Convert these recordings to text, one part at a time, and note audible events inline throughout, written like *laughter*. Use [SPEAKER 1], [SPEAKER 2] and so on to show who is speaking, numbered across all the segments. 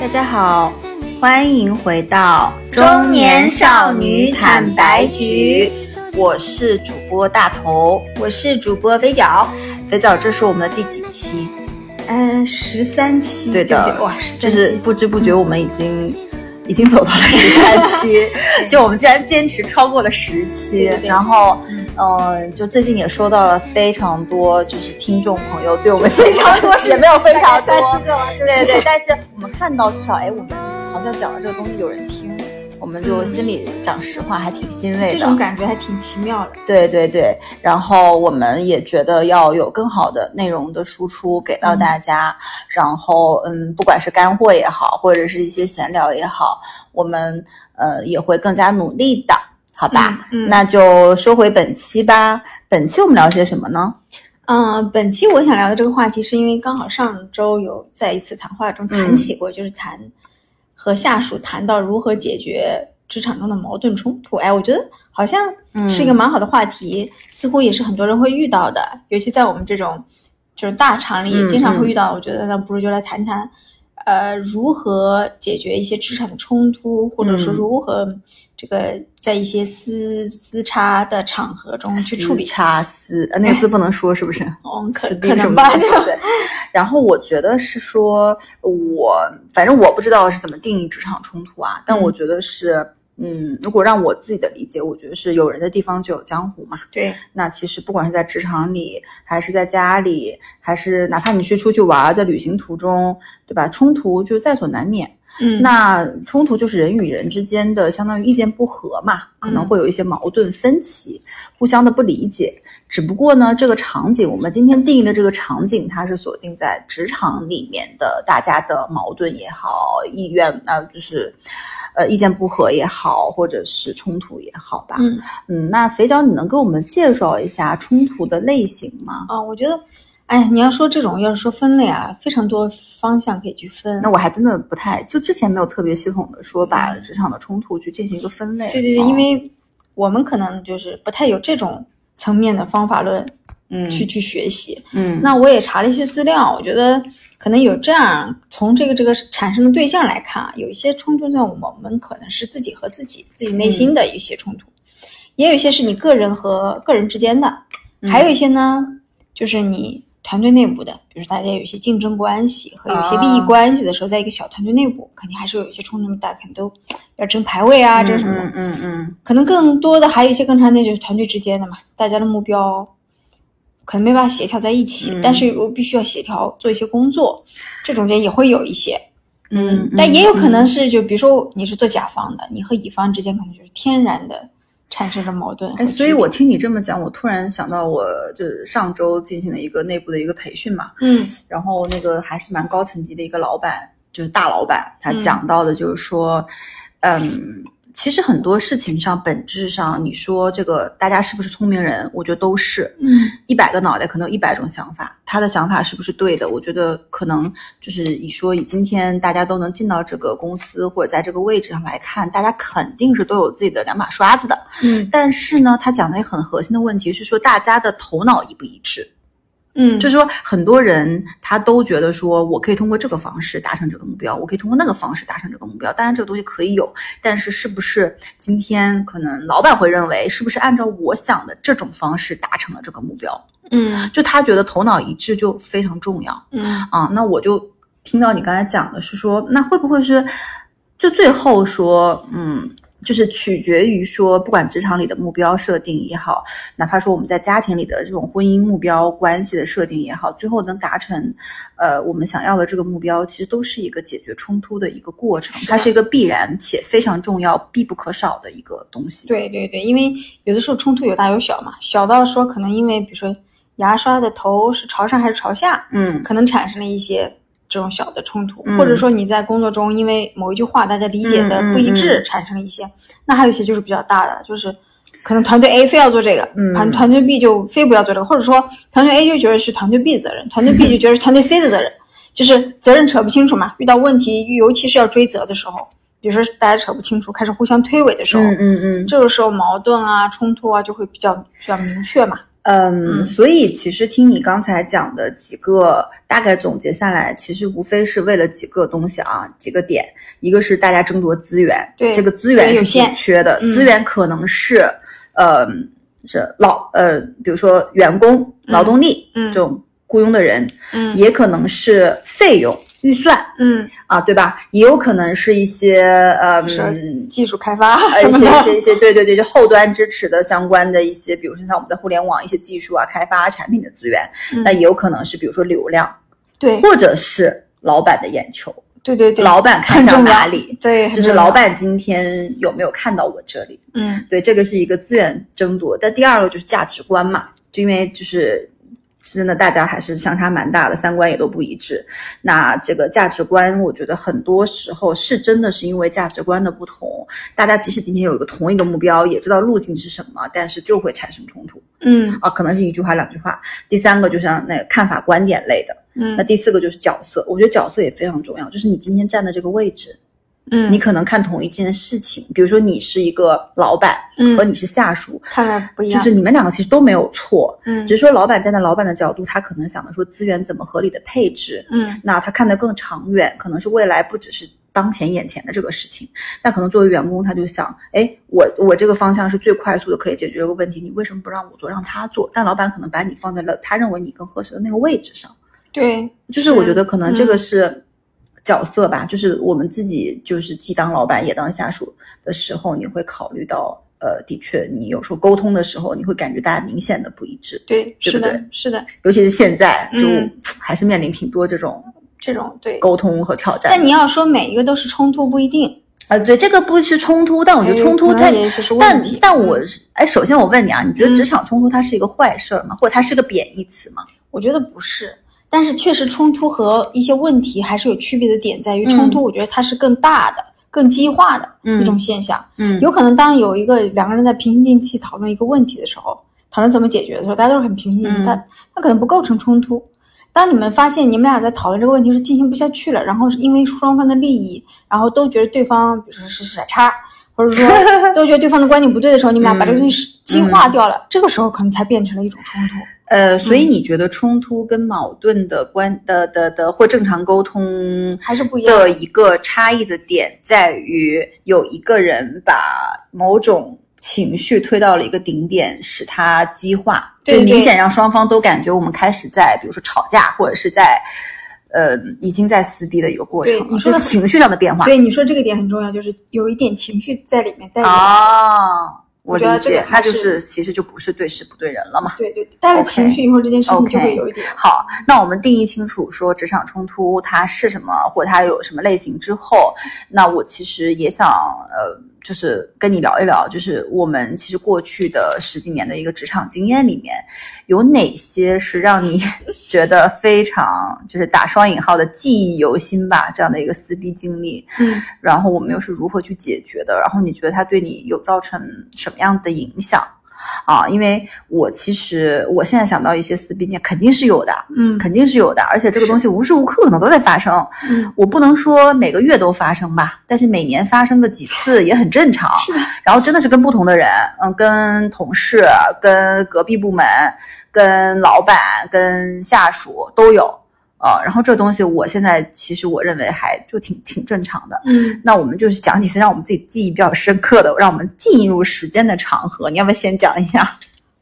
[SPEAKER 1] 大家好，欢迎回到中年少女坦白局，我是主播大头，
[SPEAKER 2] 我是主播肥脚。
[SPEAKER 1] 肥脚，这是我们的第几期？
[SPEAKER 2] 嗯，十三期。
[SPEAKER 1] 对的，
[SPEAKER 2] 对哇，
[SPEAKER 1] 就
[SPEAKER 2] 13
[SPEAKER 1] 是
[SPEAKER 2] *laughs* 期
[SPEAKER 1] 不知不觉我们已经、 *laughs* 已经走到了十三 *laughs* 期，就我们居然坚持超过了十期。
[SPEAKER 2] 对对对
[SPEAKER 1] 然后，
[SPEAKER 2] 嗯
[SPEAKER 1] 嗯、就最近也收到了非常多，就是听众朋友对我们非常 *laughs* 多，也没有非常
[SPEAKER 2] 大概三
[SPEAKER 1] 多
[SPEAKER 2] 四，个吧，就
[SPEAKER 1] *laughs*
[SPEAKER 2] 是
[SPEAKER 1] 对对，但是我们看到至少，哎，我们好像讲了这个东西有人听，我们就
[SPEAKER 2] 嗯
[SPEAKER 1] 心里讲实话，还挺欣慰
[SPEAKER 2] 这种
[SPEAKER 1] 的。
[SPEAKER 2] 感觉还挺奇妙的。
[SPEAKER 1] 对对对，然后我们也觉得要有更好的内容的输出给到
[SPEAKER 2] 嗯
[SPEAKER 1] 大家，然后嗯，不管是干货也好，或者是一些闲聊也好，我们呃也会更加努力的，好吧？
[SPEAKER 2] 嗯嗯
[SPEAKER 1] 那就说回本期吧，本期我们聊些什么呢？
[SPEAKER 2] 嗯，本期我想聊的这个话题，是因为刚好上周有在一次谈话中
[SPEAKER 1] 嗯
[SPEAKER 2] 谈起过，就是谈和下属谈到如何解决职场中的矛盾冲突。哎，我觉得好像是一个
[SPEAKER 1] 嗯
[SPEAKER 2] 蛮好的话题，似乎也是很多人会遇到的，尤其在我们这种就是大厂里
[SPEAKER 1] 嗯
[SPEAKER 2] 也经常会遇到。我觉得那不如就来谈谈，呃，如何解决一些职场的冲突，或者说
[SPEAKER 1] 嗯
[SPEAKER 2] 如何这个在一些私私差的场合中去处理。
[SPEAKER 1] 查私，呃那个字不能说是不是？
[SPEAKER 2] 哦，可
[SPEAKER 1] 死
[SPEAKER 2] 可
[SPEAKER 1] 逼什
[SPEAKER 2] 能
[SPEAKER 1] 么
[SPEAKER 2] 吧，
[SPEAKER 1] 的
[SPEAKER 2] 就
[SPEAKER 1] 对。
[SPEAKER 2] *laughs*
[SPEAKER 1] 然后我觉得是说，我反正我不知道是怎么定义职场冲突啊，但
[SPEAKER 2] 嗯
[SPEAKER 1] 我觉得是，嗯，如果让我自己的理解，我觉得是有人的地方就有江湖嘛。
[SPEAKER 2] 对，
[SPEAKER 1] 那其实不管是在职场里，还是在家里，还是哪怕你去出去玩儿，在旅行途中，对吧？冲突就在所难免。
[SPEAKER 2] 嗯，
[SPEAKER 1] 那冲突就是人与人之间的相当于意见不合嘛，可能
[SPEAKER 2] 嗯
[SPEAKER 1] 会有一些矛盾分歧，互相的不理解。只不过呢，这个场景我们今天定义的这个场景，它是锁定在职场里面的大家的矛盾也好，意愿呃就是呃意见不合也好，或者是冲突也好吧。
[SPEAKER 2] 嗯
[SPEAKER 1] 嗯，那肥脚，你能给我们介绍一下冲突的类型吗？
[SPEAKER 2] 啊、我觉得，哎，你要说这种，要是说分类啊，非常多方向可以去分
[SPEAKER 1] 那。我还真的不太，就之前没有特别系统的说把职场的冲突去进行一个分类。
[SPEAKER 2] 嗯对对对，
[SPEAKER 1] 哦
[SPEAKER 2] 因为我们可能就是不太有这种层面的方法论
[SPEAKER 1] 嗯
[SPEAKER 2] 去、去学习。
[SPEAKER 1] 嗯，
[SPEAKER 2] 那我也查了一些资料，我觉得可能有这样，从这个这个产生的对象来看啊，有一些冲突在我们可能是自己和自己自己内
[SPEAKER 1] 嗯
[SPEAKER 2] 心的一些冲突，也有一些是你个人和个人之间的，
[SPEAKER 1] 嗯
[SPEAKER 2] 还有一些呢，就是你团队内部的，比如说大家有一些竞争关系和有一些利益
[SPEAKER 1] 啊
[SPEAKER 2] 关系的时候，在一个小团队内部，肯定还是有一些冲突，大家可能都要争排位啊，争什么的。
[SPEAKER 1] 嗯嗯嗯
[SPEAKER 2] 可能更多的还有一些更长的就是团队之间的嘛，大家的目标可能没办法协调在一起，
[SPEAKER 1] 嗯
[SPEAKER 2] 但是又必须要协调做一些工作，这中间也会有一些，
[SPEAKER 1] 嗯，
[SPEAKER 2] 但也有可能
[SPEAKER 1] 嗯
[SPEAKER 2] 是就比如说你是做甲方的，你和乙方之间可能就是天然的产生了矛盾和
[SPEAKER 1] 哎，
[SPEAKER 2] 区别。
[SPEAKER 1] 所以我听你这么讲，我突然想到，我就是上周进行了一个内部的一个培训嘛，
[SPEAKER 2] 嗯
[SPEAKER 1] 然后那个还是蛮高层级的一个老板，就是大老板，他
[SPEAKER 2] 嗯
[SPEAKER 1] 讲到的就是说，嗯。其实很多事情上，本质上，你说这个大家是不是聪明人？我觉得都是，
[SPEAKER 2] 嗯
[SPEAKER 1] 一百个脑袋可能有一百种想法，他的想法是不是对的？我觉得可能就是以说以今天大家都能进到这个公司或者在这个位置上来看，大家肯定是都有自己的两把刷子的。
[SPEAKER 2] 嗯
[SPEAKER 1] 但是呢，他讲的也很核心的问题是说大家的头脑一不一致，
[SPEAKER 2] 嗯，
[SPEAKER 1] 就是说很多人他都觉得说我可以通过这个方式达成这个目标，我可以通过那个方式达成这个目标。当然这个东西可以有，但是是不是今天可能老板会认为是不是按照我想的这种方式达成了这个目标？
[SPEAKER 2] 嗯
[SPEAKER 1] 就他觉得头脑一致就非常重要
[SPEAKER 2] 嗯
[SPEAKER 1] 啊。那我就听到你刚才讲的是说，那会不会是就最后说，嗯，就是取决于说，不管职场里的目标设定也好，哪怕说我们在家庭里的这种婚姻目标关系的设定也好，最后能达成，呃，我们想要的这个目标，其实都是一个解决冲突的一个过程，它是一个必然且非常重要、必不可少的一个东西。，
[SPEAKER 2] 对对对，因为有的时候冲突有大有小嘛，小到说可能因为比如说牙刷的头是朝上还是朝下，
[SPEAKER 1] 嗯
[SPEAKER 2] 可能产生了一些这种小的冲突，
[SPEAKER 1] 嗯
[SPEAKER 2] 或者说你在工作中因为某一句话大家理解的
[SPEAKER 1] 嗯嗯
[SPEAKER 2] 不一致，产生了一些。那还有一些就是比较大的，就是可能团队 A 非要做这个，
[SPEAKER 1] 嗯
[SPEAKER 2] 团团队 B 就非不要做这个，或者说团队 A 就觉得是团队 B 的责任，团队 B 就觉得是团队 C 的责任，就是责任扯不清楚嘛。遇到问题，尤其是要追责的时候，比如说大家扯不清楚，开始互相推诿的时候，
[SPEAKER 1] 嗯嗯。
[SPEAKER 2] 这个时候矛盾啊、冲突啊就会比较比较明确嘛。
[SPEAKER 1] 嗯，所以其实听你刚才讲的几个，大概总结下来，其实无非是为了几个东西啊，几个点，一个是大家争夺资源，
[SPEAKER 2] 对
[SPEAKER 1] 这个资
[SPEAKER 2] 资源
[SPEAKER 1] 源
[SPEAKER 2] 有
[SPEAKER 1] 是
[SPEAKER 2] 限
[SPEAKER 1] 紧缺的，
[SPEAKER 2] 嗯
[SPEAKER 1] 资源可能是，呃，这老呃，比如说员工、劳动力、
[SPEAKER 2] 嗯
[SPEAKER 1] 这种雇佣的人，
[SPEAKER 2] 嗯
[SPEAKER 1] 也可能是费用、预算
[SPEAKER 2] 嗯，
[SPEAKER 1] 啊，对吧？也有可能是一些呃。
[SPEAKER 2] 是嗯技术开发
[SPEAKER 1] 呃，
[SPEAKER 2] *laughs* 什
[SPEAKER 1] 一些
[SPEAKER 2] 么
[SPEAKER 1] 一
[SPEAKER 2] 的，
[SPEAKER 1] 些一些，对对对，就后端支持的相关的一些，比如说像我们的互联网一些技术啊、开发啊产品的资源，
[SPEAKER 2] 嗯
[SPEAKER 1] 那也有可能是比如说流量，
[SPEAKER 2] 对
[SPEAKER 1] 或者是老板的眼球，
[SPEAKER 2] 对对对，
[SPEAKER 1] 老板看
[SPEAKER 2] 很
[SPEAKER 1] 向
[SPEAKER 2] 重要
[SPEAKER 1] 哪里，
[SPEAKER 2] 对，
[SPEAKER 1] 就是老，板今天有没有看到我这里？
[SPEAKER 2] 嗯
[SPEAKER 1] 对，这个是一个资源争夺。但第二个就是价值观嘛，就因为就是真的大家还是相差蛮大的，三观也都不一致。那这个价值观，我觉得很多时候是真的是因为价值观的不同，大家即使今天有一个同一个目标，也知道路径是什么，但是就会产生冲突
[SPEAKER 2] 嗯
[SPEAKER 1] 啊，可能是一句话两句话。第三个就像那个看法观点类的，那
[SPEAKER 2] 嗯
[SPEAKER 1] 第四个就是角色，我觉得角色也非常重要，就是你今天站的这个位置，
[SPEAKER 2] 嗯，
[SPEAKER 1] 你可能看同一件事情，比如说你是一个老板和
[SPEAKER 2] 嗯
[SPEAKER 1] 你是下属，
[SPEAKER 2] 看的不一
[SPEAKER 1] 就
[SPEAKER 2] 样，
[SPEAKER 1] 是你们两个其实都没有错，
[SPEAKER 2] 嗯
[SPEAKER 1] 只是说老板站在老板的角度，他可能想的说资源怎么合理的配置，
[SPEAKER 2] 嗯
[SPEAKER 1] 那他看得更长远，可能是未来不只是当前眼前的这个事情。那可能作为员工，他就想，哎，我我这个方向是最快速的可以解决这个问题，你为什么不让我做，让他做？但老板可能把你放在了他认为你更合适的那个位置上。
[SPEAKER 2] 对，
[SPEAKER 1] 就是我觉得可能这
[SPEAKER 2] 嗯
[SPEAKER 1] 个是角色吧，就是我们自己就是既当老板也当下属的时候，你会考虑到，呃，的确你有时候沟通的时候，你会感觉大家明显的不一致，
[SPEAKER 2] 对，
[SPEAKER 1] 对
[SPEAKER 2] 是
[SPEAKER 1] 不
[SPEAKER 2] 的
[SPEAKER 1] 对，
[SPEAKER 2] 是的，
[SPEAKER 1] 尤其是现在就
[SPEAKER 2] 嗯
[SPEAKER 1] 还是面临挺多这种
[SPEAKER 2] 这种对。
[SPEAKER 1] 沟通和挑战的。
[SPEAKER 2] 但你要说每一个都是冲突，不一定。
[SPEAKER 1] 啊，对，这个不是冲突，但我觉得
[SPEAKER 2] 哎
[SPEAKER 1] 哦冲突
[SPEAKER 2] 可能
[SPEAKER 1] 它。
[SPEAKER 2] 也只是问
[SPEAKER 1] 但
[SPEAKER 2] 题。
[SPEAKER 1] 但我
[SPEAKER 2] 嗯
[SPEAKER 1] 是哎，首先我问你啊，你觉得
[SPEAKER 2] 嗯
[SPEAKER 1] 职场冲突它是一个坏事儿吗？或者它是个贬义词吗？
[SPEAKER 2] 我觉得不是，但是确实冲突和一些问题还是有区别的点，在于
[SPEAKER 1] 嗯
[SPEAKER 2] 冲突，我觉得它是更大的、更激化的
[SPEAKER 1] 嗯
[SPEAKER 2] 一种现象。
[SPEAKER 1] 嗯
[SPEAKER 2] 有可能当有一个两个人在平心静气讨论一个问题的时候，讨论怎么解决的时候，大家都是很平心静气，
[SPEAKER 1] 嗯
[SPEAKER 2] 它它可能不构成冲突。当你们发现你们俩在讨论这个问题是进行不下去了，然后是因为双方的利益，然后都觉得对方，比如说是傻叉，
[SPEAKER 1] *laughs*
[SPEAKER 2] 或者说都觉得对方的观点不对的时候，你们俩把
[SPEAKER 1] 嗯
[SPEAKER 2] 这个东西激化掉了，这个时候可能才变成了一种冲突。
[SPEAKER 1] 呃，所以
[SPEAKER 2] 嗯
[SPEAKER 1] 你觉得冲突跟矛盾的关的的的或正常沟通
[SPEAKER 2] 还是不一样
[SPEAKER 1] 的一个差异的点在于，有一个人把某种情绪推到了一个顶点，使它激化，
[SPEAKER 2] 对
[SPEAKER 1] 就
[SPEAKER 2] 对
[SPEAKER 1] 明显让双方都感觉我们开始在比如说吵架，或者是在呃已经在撕逼的一个过程
[SPEAKER 2] 对
[SPEAKER 1] 了，
[SPEAKER 2] 你说的
[SPEAKER 1] 就是情绪上的变化。
[SPEAKER 2] 对你说这个点很重要，就是有一点情绪在里面带着。
[SPEAKER 1] 哦，我
[SPEAKER 2] 我
[SPEAKER 1] 理
[SPEAKER 2] 觉得这个
[SPEAKER 1] 解，
[SPEAKER 2] 还
[SPEAKER 1] 他就是是其实就不是对事不对人了嘛。
[SPEAKER 2] 对对，带了情绪以后，这件事情就会有一点。
[SPEAKER 1] 好，那我们定义清楚说职场冲突它是什么，或它有什么类型之后，那我其实也想呃，就是跟你聊一聊，就是我们其实过去的十几年的一个职场经验里面，有哪些是让你 *laughs* 觉得非常就是打双引号的记忆犹新吧这样的一个撕逼经历，
[SPEAKER 2] 嗯，
[SPEAKER 1] 然后我们又是如何去解决的？然后你觉得它对你有造成什么样的影响？啊，因为我其实我现在想到一些撕逼点，肯定是有的，
[SPEAKER 2] 嗯
[SPEAKER 1] 肯定是有的，而且这个东西无时无刻可能都在发生。
[SPEAKER 2] 嗯，
[SPEAKER 1] 我不能说每个月都发生吧，但是每年发生个几次也很正常。
[SPEAKER 2] 是的，
[SPEAKER 1] 然后真的是跟不同的人，嗯，跟同事、跟隔壁部门、跟老板、跟下属都有。呃，然后这东西我现在其实我认为还就挺挺正常的。
[SPEAKER 2] 嗯，
[SPEAKER 1] 那我们就是讲几次让我们自己记忆比较深刻的，让我们进入时间的长河。你要不要先讲一下？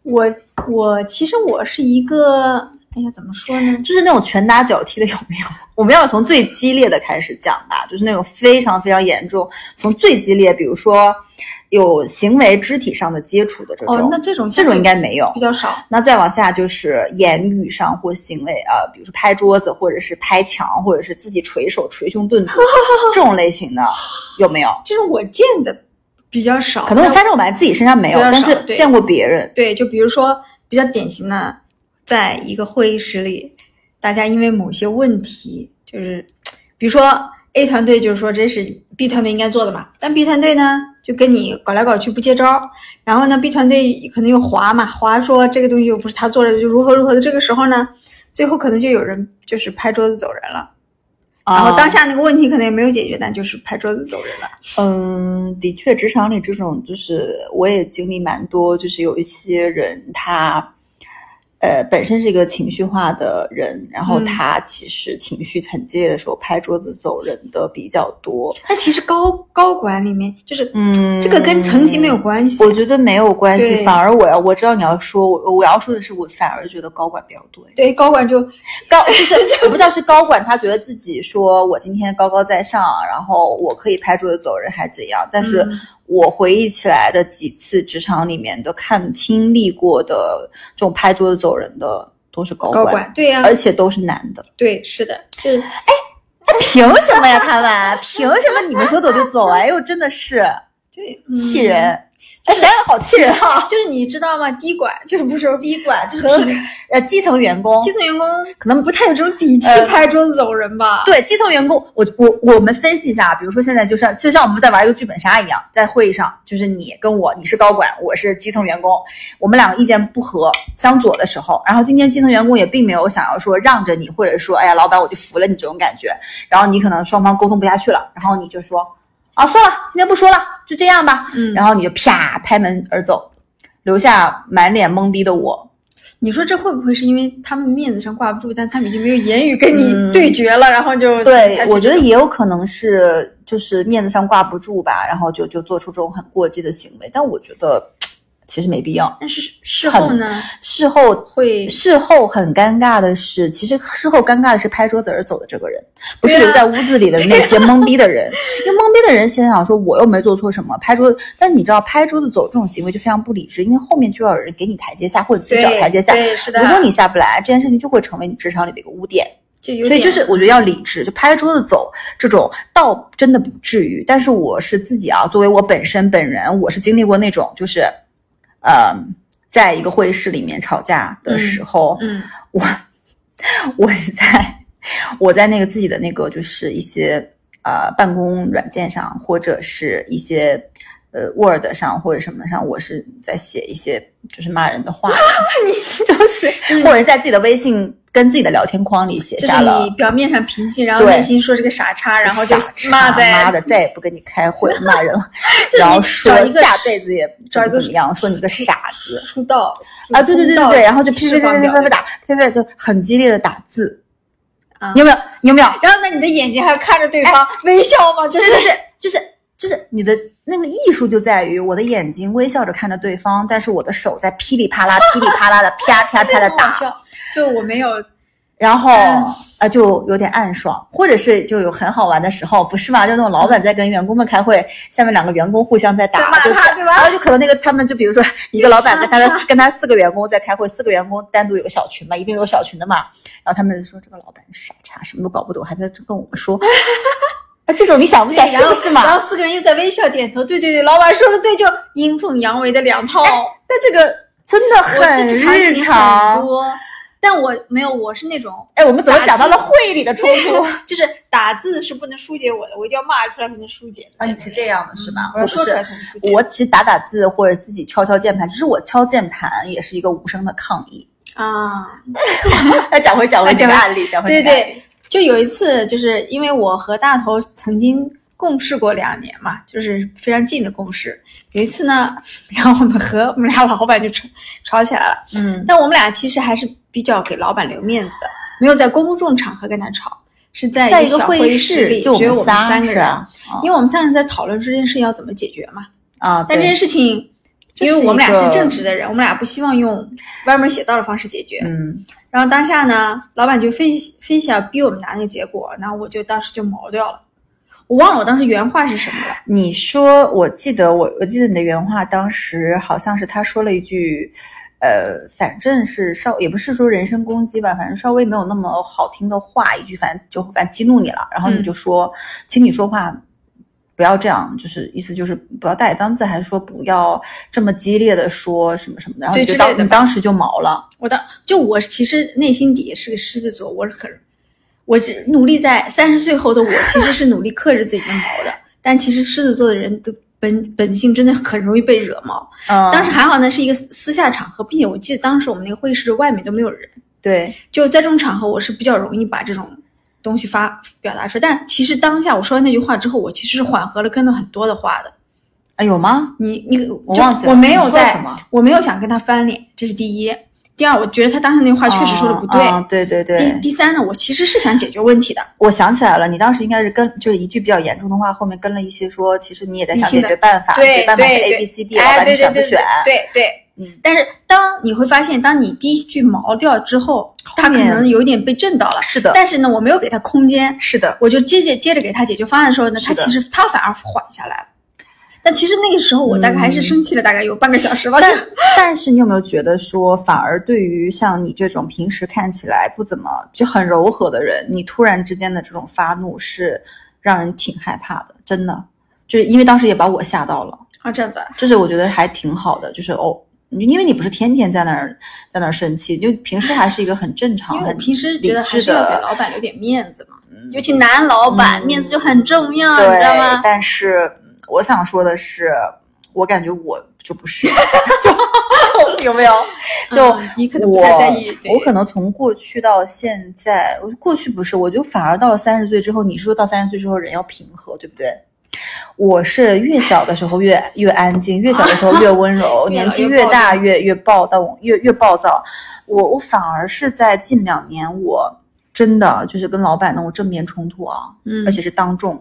[SPEAKER 2] 我我其实我是一个，哎呀，怎么说呢？
[SPEAKER 1] 就是那种拳打脚踢的有没有？ *laughs* 我们要从最激烈的开始讲吧，就是那种非常非常严重，从最激烈，比如说有行为肢体上的接触的这种，
[SPEAKER 2] 哦，那这种
[SPEAKER 1] 这种应该没有
[SPEAKER 2] 比。较少。
[SPEAKER 1] 那再往下就是言语上或行为啊、呃比如说拍桌子，或者是拍墙，或者是自己捶手、捶胸顿
[SPEAKER 2] *laughs*
[SPEAKER 1] 足这种类型的，有没有？
[SPEAKER 2] 这种我见的比较少，
[SPEAKER 1] 可能我
[SPEAKER 2] 但
[SPEAKER 1] 发现我们自己身上没有，
[SPEAKER 2] 比较少
[SPEAKER 1] 但是
[SPEAKER 2] 对
[SPEAKER 1] 见过别人。
[SPEAKER 2] 对，就比如说比较典型的，在一个会议室里，大家因为某些问题，就是比如说 A 团队就是说这是 B 团队应该做的嘛，但 B 团队呢就跟你搞来搞去不接招儿，然后呢 B 团队可能又划嘛，划说这个东西又不是他做的，就如何如何的。这个时候呢，最后可能就有人就是拍桌子走人了，然后当
[SPEAKER 1] 下。
[SPEAKER 2] 下那个问题可能也没有解决，但就是拍桌子走人了。
[SPEAKER 1] 嗯，的确，职场里这种就是我也经历蛮多，就是有一些人他呃本身是一个情绪化的人，然
[SPEAKER 2] 嗯
[SPEAKER 1] 后他其实情绪很激烈的时候拍桌子走人的比较多。
[SPEAKER 2] 但其实高高管里面就是，
[SPEAKER 1] 嗯
[SPEAKER 2] 这个跟层级没有关系。
[SPEAKER 1] 我觉得没有关系，
[SPEAKER 2] 对
[SPEAKER 1] 反而我要我知道你要说，我我要说的是，我反而觉得高管比较对。
[SPEAKER 2] 对高管就
[SPEAKER 1] 高
[SPEAKER 2] *laughs*
[SPEAKER 1] 就是我不知道是高管他觉得自己说我今天高高在上，然后我可以拍桌子走人还怎样？但是
[SPEAKER 2] 嗯
[SPEAKER 1] 我回忆起来的几次职场里面的看经历过的这种拍桌子走人的都是高
[SPEAKER 2] 高管，对呀、
[SPEAKER 1] 而且都是男的。 *laughs*
[SPEAKER 2] 对，是的，就是
[SPEAKER 1] 凭什么呀，他们？凭什么你们说走就走啊？哎呦，真的是
[SPEAKER 2] 对
[SPEAKER 1] 气人！！
[SPEAKER 2] 嗯
[SPEAKER 1] 哎，想想好气人啊！
[SPEAKER 2] 就是你知道吗？低管就是
[SPEAKER 1] *laughs*
[SPEAKER 2] 不是低管，就是
[SPEAKER 1] 和呃，基层员工，
[SPEAKER 2] 基层员工
[SPEAKER 1] 可能不太有这种底
[SPEAKER 2] 一起拍桌子走人吧。
[SPEAKER 1] 对基层员工，我我我们分析一下，比如说现在就像就像我们在玩一个剧本杀一样，在会议上，就是你跟我，你是高管，我是基层员工，我们两个意见不合相左的时候，然后今天基层员工也并没有想要说让着你，或者说哎呀老板我就服了你这种感觉，然后你可能双方沟通不下去了，然后你就说啊算了，今天不说了，就这样吧，
[SPEAKER 2] 嗯，然
[SPEAKER 1] 然
[SPEAKER 2] 后
[SPEAKER 1] 后你就啪拍门而走，留下满脸懵逼的我，
[SPEAKER 2] 你说这会不会是因为他们面子上挂不住，但他们已经没有言语跟
[SPEAKER 1] 嗯
[SPEAKER 2] 你对决了，然后就
[SPEAKER 1] 对
[SPEAKER 2] 采，取
[SPEAKER 1] 我觉得
[SPEAKER 2] 这种
[SPEAKER 1] 也有可能是就是面子上挂不住吧，然后就就做出这种很过激的行为。但我觉得其实没必要。
[SPEAKER 2] 但是事后
[SPEAKER 1] 很
[SPEAKER 2] 呢
[SPEAKER 1] 事后
[SPEAKER 2] 会
[SPEAKER 1] 事后很尴尬的是，其实事后尴尬的是拍桌子而走的这个人，不是
[SPEAKER 2] 对啊啊
[SPEAKER 1] 留在屋子里的那些懵逼的人。因为懵逼的人心想说我又没做错什么，拍桌子。但你知道拍桌子走这种行为就非常不理智，因为后面就要有人给你台阶下，或者你自己
[SPEAKER 2] 对
[SPEAKER 1] 找台阶下。
[SPEAKER 2] 对，是的，
[SPEAKER 1] 如果你下不来，这件事情就会成为你职场里的一个污点。
[SPEAKER 2] 就有
[SPEAKER 1] 所以
[SPEAKER 2] 点
[SPEAKER 1] 就是我觉得要理智，就拍着桌子走这种倒真的不至于。但是我是自己啊，作为我本身本人，我是经历过那种就是，呃，在一个会议室里面吵架的时候，
[SPEAKER 2] 嗯
[SPEAKER 1] 我我是在我在那个自己的那个就是一些呃办公软件上，或者是一些呃 Word 上或者什么上，我是在写一些就是骂人的话，
[SPEAKER 2] *laughs* 就是
[SPEAKER 1] 或者在自己的微信跟自己的聊天框里写
[SPEAKER 2] 就
[SPEAKER 1] 下
[SPEAKER 2] 是
[SPEAKER 1] 了。
[SPEAKER 2] 你表面上平静，然后
[SPEAKER 1] 对
[SPEAKER 2] 内心说这个傻叉，然后就
[SPEAKER 1] 傻叉
[SPEAKER 2] 骂在，
[SPEAKER 1] 哎妈的，再也不跟你开会，骂人了
[SPEAKER 2] *laughs* 就是你
[SPEAKER 1] 然后说
[SPEAKER 2] 找一个
[SPEAKER 1] 下辈子也
[SPEAKER 2] 找一个
[SPEAKER 1] 怎么样，说你个傻子
[SPEAKER 2] 出道
[SPEAKER 1] 啊！对对对对对，然后就噼噼
[SPEAKER 2] 释
[SPEAKER 1] 噼噼
[SPEAKER 2] 放
[SPEAKER 1] 噼
[SPEAKER 2] 掉
[SPEAKER 1] 噼噼打，噼噼就很激烈的打字
[SPEAKER 2] 啊，
[SPEAKER 1] 你有没有？你有没有？
[SPEAKER 2] 然后呢，你的眼睛还要看着对方微笑吗？就
[SPEAKER 1] 哎对
[SPEAKER 2] 是
[SPEAKER 1] 对对，就是。就是你的那个艺术就在于我的眼睛微笑着看着对方，但是我的手在噼里啪啦、噼里啪啦的啪啪啪的
[SPEAKER 2] 很好
[SPEAKER 1] 打，
[SPEAKER 2] 笑，就我没有
[SPEAKER 1] 然后
[SPEAKER 2] 嗯
[SPEAKER 1] 啊就有点暗爽，或者是就有很好玩的时候，不是嘛？就那种老板在跟员工们开会，下面两个员工互相在打，
[SPEAKER 2] 在骂
[SPEAKER 1] 就
[SPEAKER 2] 他，对
[SPEAKER 1] 然
[SPEAKER 2] 吧？
[SPEAKER 1] 后就可能那个他们就比如说一个老板跟他
[SPEAKER 2] 是啊是
[SPEAKER 1] 的跟他四个员工在开会，四个员工单独有个小群嘛，一定有小群的嘛。然后他们就说这个老板傻叉，什么都搞不懂，还在这跟我们 *laughs* 说。啊，这种你想不想
[SPEAKER 2] 对
[SPEAKER 1] 是
[SPEAKER 2] 然后
[SPEAKER 1] 不是嘛？
[SPEAKER 2] 然后四个人又在微笑点头，对对对，老板说的对，就阴奉阳违的两套。
[SPEAKER 1] 但这个真的
[SPEAKER 2] 我这
[SPEAKER 1] 哎很
[SPEAKER 2] 职场
[SPEAKER 1] 日
[SPEAKER 2] 景很
[SPEAKER 1] 常。
[SPEAKER 2] 多，但我没有，我是那种
[SPEAKER 1] 哎，我们怎么
[SPEAKER 2] 打
[SPEAKER 1] 讲到
[SPEAKER 2] 字
[SPEAKER 1] 了会里的冲突？
[SPEAKER 2] 就是打字是不能疏解我的，我一定要骂出来才能疏解的。
[SPEAKER 1] 啊是这样的哎是吧
[SPEAKER 2] 我要说出来才能疏解。
[SPEAKER 1] 我其实打打字或者自己敲敲键盘，其实我敲键盘也是一个无声的抗议。 *laughs*
[SPEAKER 2] 啊，
[SPEAKER 1] 哎，讲回讲回
[SPEAKER 2] 哎
[SPEAKER 1] 这个
[SPEAKER 2] 讲
[SPEAKER 1] 案例，讲回
[SPEAKER 2] 对
[SPEAKER 1] 这个案例
[SPEAKER 2] 对，就有一次，就是因为我和大头曾经共事过两年嘛，就是非常近的共事。有一次呢， *laughs* 然后我们和我们俩老板就吵吵起来了，
[SPEAKER 1] 嗯，
[SPEAKER 2] 但我们俩其实还是比较给老板留面子的，没有在公众场合跟他吵，是在
[SPEAKER 1] 在
[SPEAKER 2] 一个
[SPEAKER 1] 个
[SPEAKER 2] 小
[SPEAKER 1] 会
[SPEAKER 2] 会
[SPEAKER 1] 议
[SPEAKER 2] 室
[SPEAKER 1] 室
[SPEAKER 2] 里，
[SPEAKER 1] 就
[SPEAKER 2] 只有我
[SPEAKER 1] 们
[SPEAKER 2] 们
[SPEAKER 1] 仨
[SPEAKER 2] 三个
[SPEAKER 1] 是啊
[SPEAKER 2] 人，
[SPEAKER 1] 吧
[SPEAKER 2] 因为我们三个人在讨论这件事要怎么解决嘛。
[SPEAKER 1] 啊，
[SPEAKER 2] 但这
[SPEAKER 1] 对
[SPEAKER 2] 件事情，
[SPEAKER 1] 这
[SPEAKER 2] 因为
[SPEAKER 1] 是
[SPEAKER 2] 我们
[SPEAKER 1] 一
[SPEAKER 2] 俩
[SPEAKER 1] 个
[SPEAKER 2] 是正直的人，我们俩不希望用歪门邪道的方式解决。
[SPEAKER 1] 嗯
[SPEAKER 2] 然后当下呢，老板就非非想逼我们拿那个结果，然后我就当时就毛掉了，我忘了我当时原话是什么了。
[SPEAKER 1] 你说，我记得我我记得你的原话，当时好像是他说了一句，呃，反正是稍也不是说人身攻击吧，反正稍微没有那么好听的话，一句反正就反正激怒你了，然后你
[SPEAKER 2] 嗯
[SPEAKER 1] 就说，请你说话不要这样，就是意思就是不要大野脏字，还是说不要这么激烈的说什么什么的，然后
[SPEAKER 2] 对
[SPEAKER 1] 你就
[SPEAKER 2] 之类
[SPEAKER 1] 当
[SPEAKER 2] 的
[SPEAKER 1] 你
[SPEAKER 2] 吧
[SPEAKER 1] 当时就毛了，
[SPEAKER 2] 我当就我其实内心底也是个狮子座，我是很，我只努力在三十岁后的我其实是努力克制自己的毛的，但其实狮子座的人的本本性真的很容易被惹毛。
[SPEAKER 1] 嗯，
[SPEAKER 2] 当时还好呢，是一个私私下场合，并且我记得当时我们那个会议室外面都没有人。
[SPEAKER 1] 对，
[SPEAKER 2] 就在这种场合，我是比较容易把这种东西发表达出来。但其实当下我说完那句话之后，我其实是缓和了跟了很多的话的。
[SPEAKER 1] 啊有吗？
[SPEAKER 2] 你你
[SPEAKER 1] 我
[SPEAKER 2] 就
[SPEAKER 1] 忘记了
[SPEAKER 2] 我没
[SPEAKER 1] 你
[SPEAKER 2] 有
[SPEAKER 1] 说了什
[SPEAKER 2] 在
[SPEAKER 1] 么，
[SPEAKER 2] 我没有想跟他翻脸，这是第一。第二，我觉得他当下那句话确实说的不对。
[SPEAKER 1] 嗯嗯对对对
[SPEAKER 2] 第，第三呢，我其实是想解决问题的，
[SPEAKER 1] 我想起来了，你当时应该是跟就是一句比较严重的话，后面跟了一些说，其实你也在想
[SPEAKER 2] 理性
[SPEAKER 1] 解
[SPEAKER 2] 的
[SPEAKER 1] 决办法，解
[SPEAKER 2] 对
[SPEAKER 1] 决办法是 A
[SPEAKER 2] 对
[SPEAKER 1] B C D，
[SPEAKER 2] 对，
[SPEAKER 1] 老
[SPEAKER 2] 哎，
[SPEAKER 1] 板
[SPEAKER 2] 对
[SPEAKER 1] 你
[SPEAKER 2] 对
[SPEAKER 1] 选不
[SPEAKER 2] 对对
[SPEAKER 1] 选？
[SPEAKER 2] 对对。
[SPEAKER 1] 嗯，
[SPEAKER 2] 但是当你会发现，当你第一句毛掉之后，他可
[SPEAKER 1] 面
[SPEAKER 2] 能有一点被震到了，
[SPEAKER 1] 是的，
[SPEAKER 2] 但是呢，我没有给他空间，
[SPEAKER 1] 是
[SPEAKER 2] *laughs*
[SPEAKER 1] 的，
[SPEAKER 2] 我就接着接着给他解决方案的时候呢，
[SPEAKER 1] 是
[SPEAKER 2] 他
[SPEAKER 1] 的
[SPEAKER 2] 其实他反而缓下来了。但其实那个时候我大概还是
[SPEAKER 1] 嗯
[SPEAKER 2] 生气了，大概有半个小时吧。 *laughs*
[SPEAKER 1] 但但是你有没有觉得说，反而对于像你这种平时看起来不怎么就很柔和的人，你突然之间的这种发怒是让人挺害怕的，真的，就是因为当时也把我吓到了，
[SPEAKER 2] 啊，这样子啊，
[SPEAKER 1] 这是我觉得还挺好的，就是哦，你因为你不是天天在那儿在那儿生气，就平时还是一个很正
[SPEAKER 2] 因
[SPEAKER 1] 常、
[SPEAKER 2] 为我
[SPEAKER 1] 很
[SPEAKER 2] 平时觉得还
[SPEAKER 1] 理智
[SPEAKER 2] 是要
[SPEAKER 1] 的
[SPEAKER 2] 给老板留点面子嘛，尤其男老板、
[SPEAKER 1] 嗯
[SPEAKER 2] 面子就很重要，啊你
[SPEAKER 1] 对
[SPEAKER 2] 知道吗，？
[SPEAKER 1] 但是嗯我想说的是，我感觉我就不是。 *laughs*
[SPEAKER 2] *laughs* 有没有？
[SPEAKER 1] 就
[SPEAKER 2] 嗯你可能不
[SPEAKER 1] 我
[SPEAKER 2] 太在意，对
[SPEAKER 1] 我可能从过去到现在，我过去不是，我就反而到了三十岁之后，你说到三十岁之后人要平和，对不对？我是越小的时候越越安静，越小的时候越温柔，
[SPEAKER 2] *laughs* 越老
[SPEAKER 1] 年纪
[SPEAKER 2] 越
[SPEAKER 1] 越
[SPEAKER 2] 暴
[SPEAKER 1] 大
[SPEAKER 2] 躁
[SPEAKER 1] 越越暴躁，越越暴躁。我我反而是在近两年，我真的就是跟老板那种正面冲突啊，
[SPEAKER 2] 嗯
[SPEAKER 1] 而且是当众，